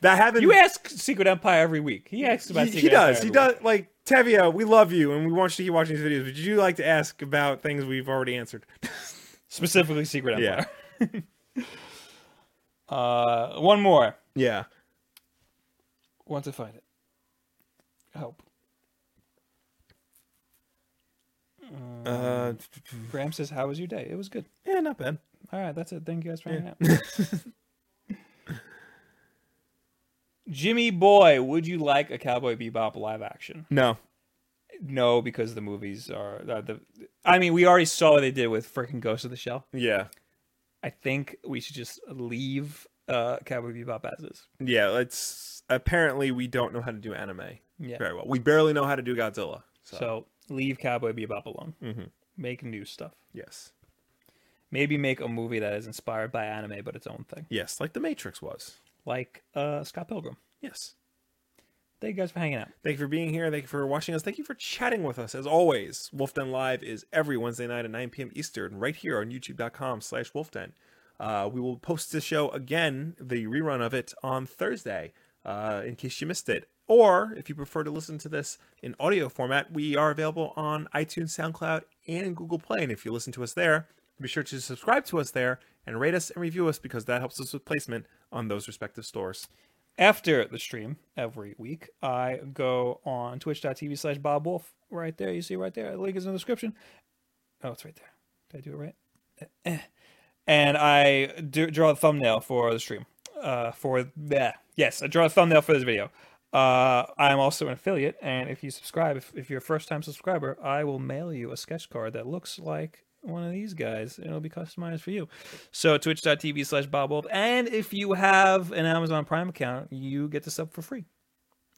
that happened. You ask Secret Empire every week. Hmm. He asks about he, he Secret Empire does. every He week. does. Like Tevia, we love you, and we want you to keep watching these videos. But you like to ask about things we've already answered. Specifically Secret Yeah. Empire. uh, one more. Yeah. Once I find it. Help. Uh, Graham says, How was your day? It was good. yeah, not bad. All right, that's it. Thank you guys for hanging out. Jimmy Boy, would you like a Cowboy Bebop live action? No. No, because the movies are uh, the. I mean, we already saw what they did with freaking Ghost of the Shell. Yeah. I think we should just leave uh, Cowboy Bebop as is. Yeah. It's apparently we don't know how to do anime Yeah. very well. We barely know how to do Godzilla. So, So leave Cowboy Bebop alone. Make new stuff. yes, Maybe make a movie that is inspired by anime, but its own thing, yes, like the Matrix was. like uh, Scott Pilgrim. Yes. Thank you guys for hanging out. Thank you for being here. Thank you for watching us. Thank you for chatting with us. As always, Wolfden Live is every Wednesday night at 9 p.m. Eastern, right here on youtube.com slash wolfden. Uh, we will post this show again, the rerun of it, on Thursday, uh, in case you missed it. Or if you prefer to listen to this in audio format, we are available on iTunes, SoundCloud, and Google Play. And if you listen to us there, be sure to subscribe to us there and rate us and review us because that helps us with placement on those respective stores. after the stream every week i go on twitch.tv slash bob wolf right there you see right there the link is in the description oh it's right there did i do it right Eh. and i do, draw a thumbnail for the stream uh, for that yes i draw a thumbnail for this video uh, i'm also an affiliate and if you subscribe if, if you're a first time subscriber i will mail you a sketch card that looks like one of these guys and it'll be customized for you so twitch.tv slash bob wolf and if you have an amazon prime account you get this up for free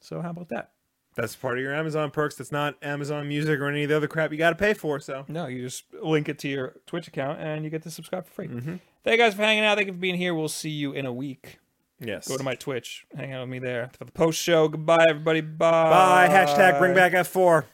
so how about that That's part of your Amazon perks. That's not Amazon Music or any of the other crap you got to pay for. So no you just link it to your twitch account and you get to subscribe for free thank you guys for hanging out thank you for being here we'll see you in a week yes, go to my twitch hang out with me there for the post show goodbye everybody bye bye. Hashtag bring back F four.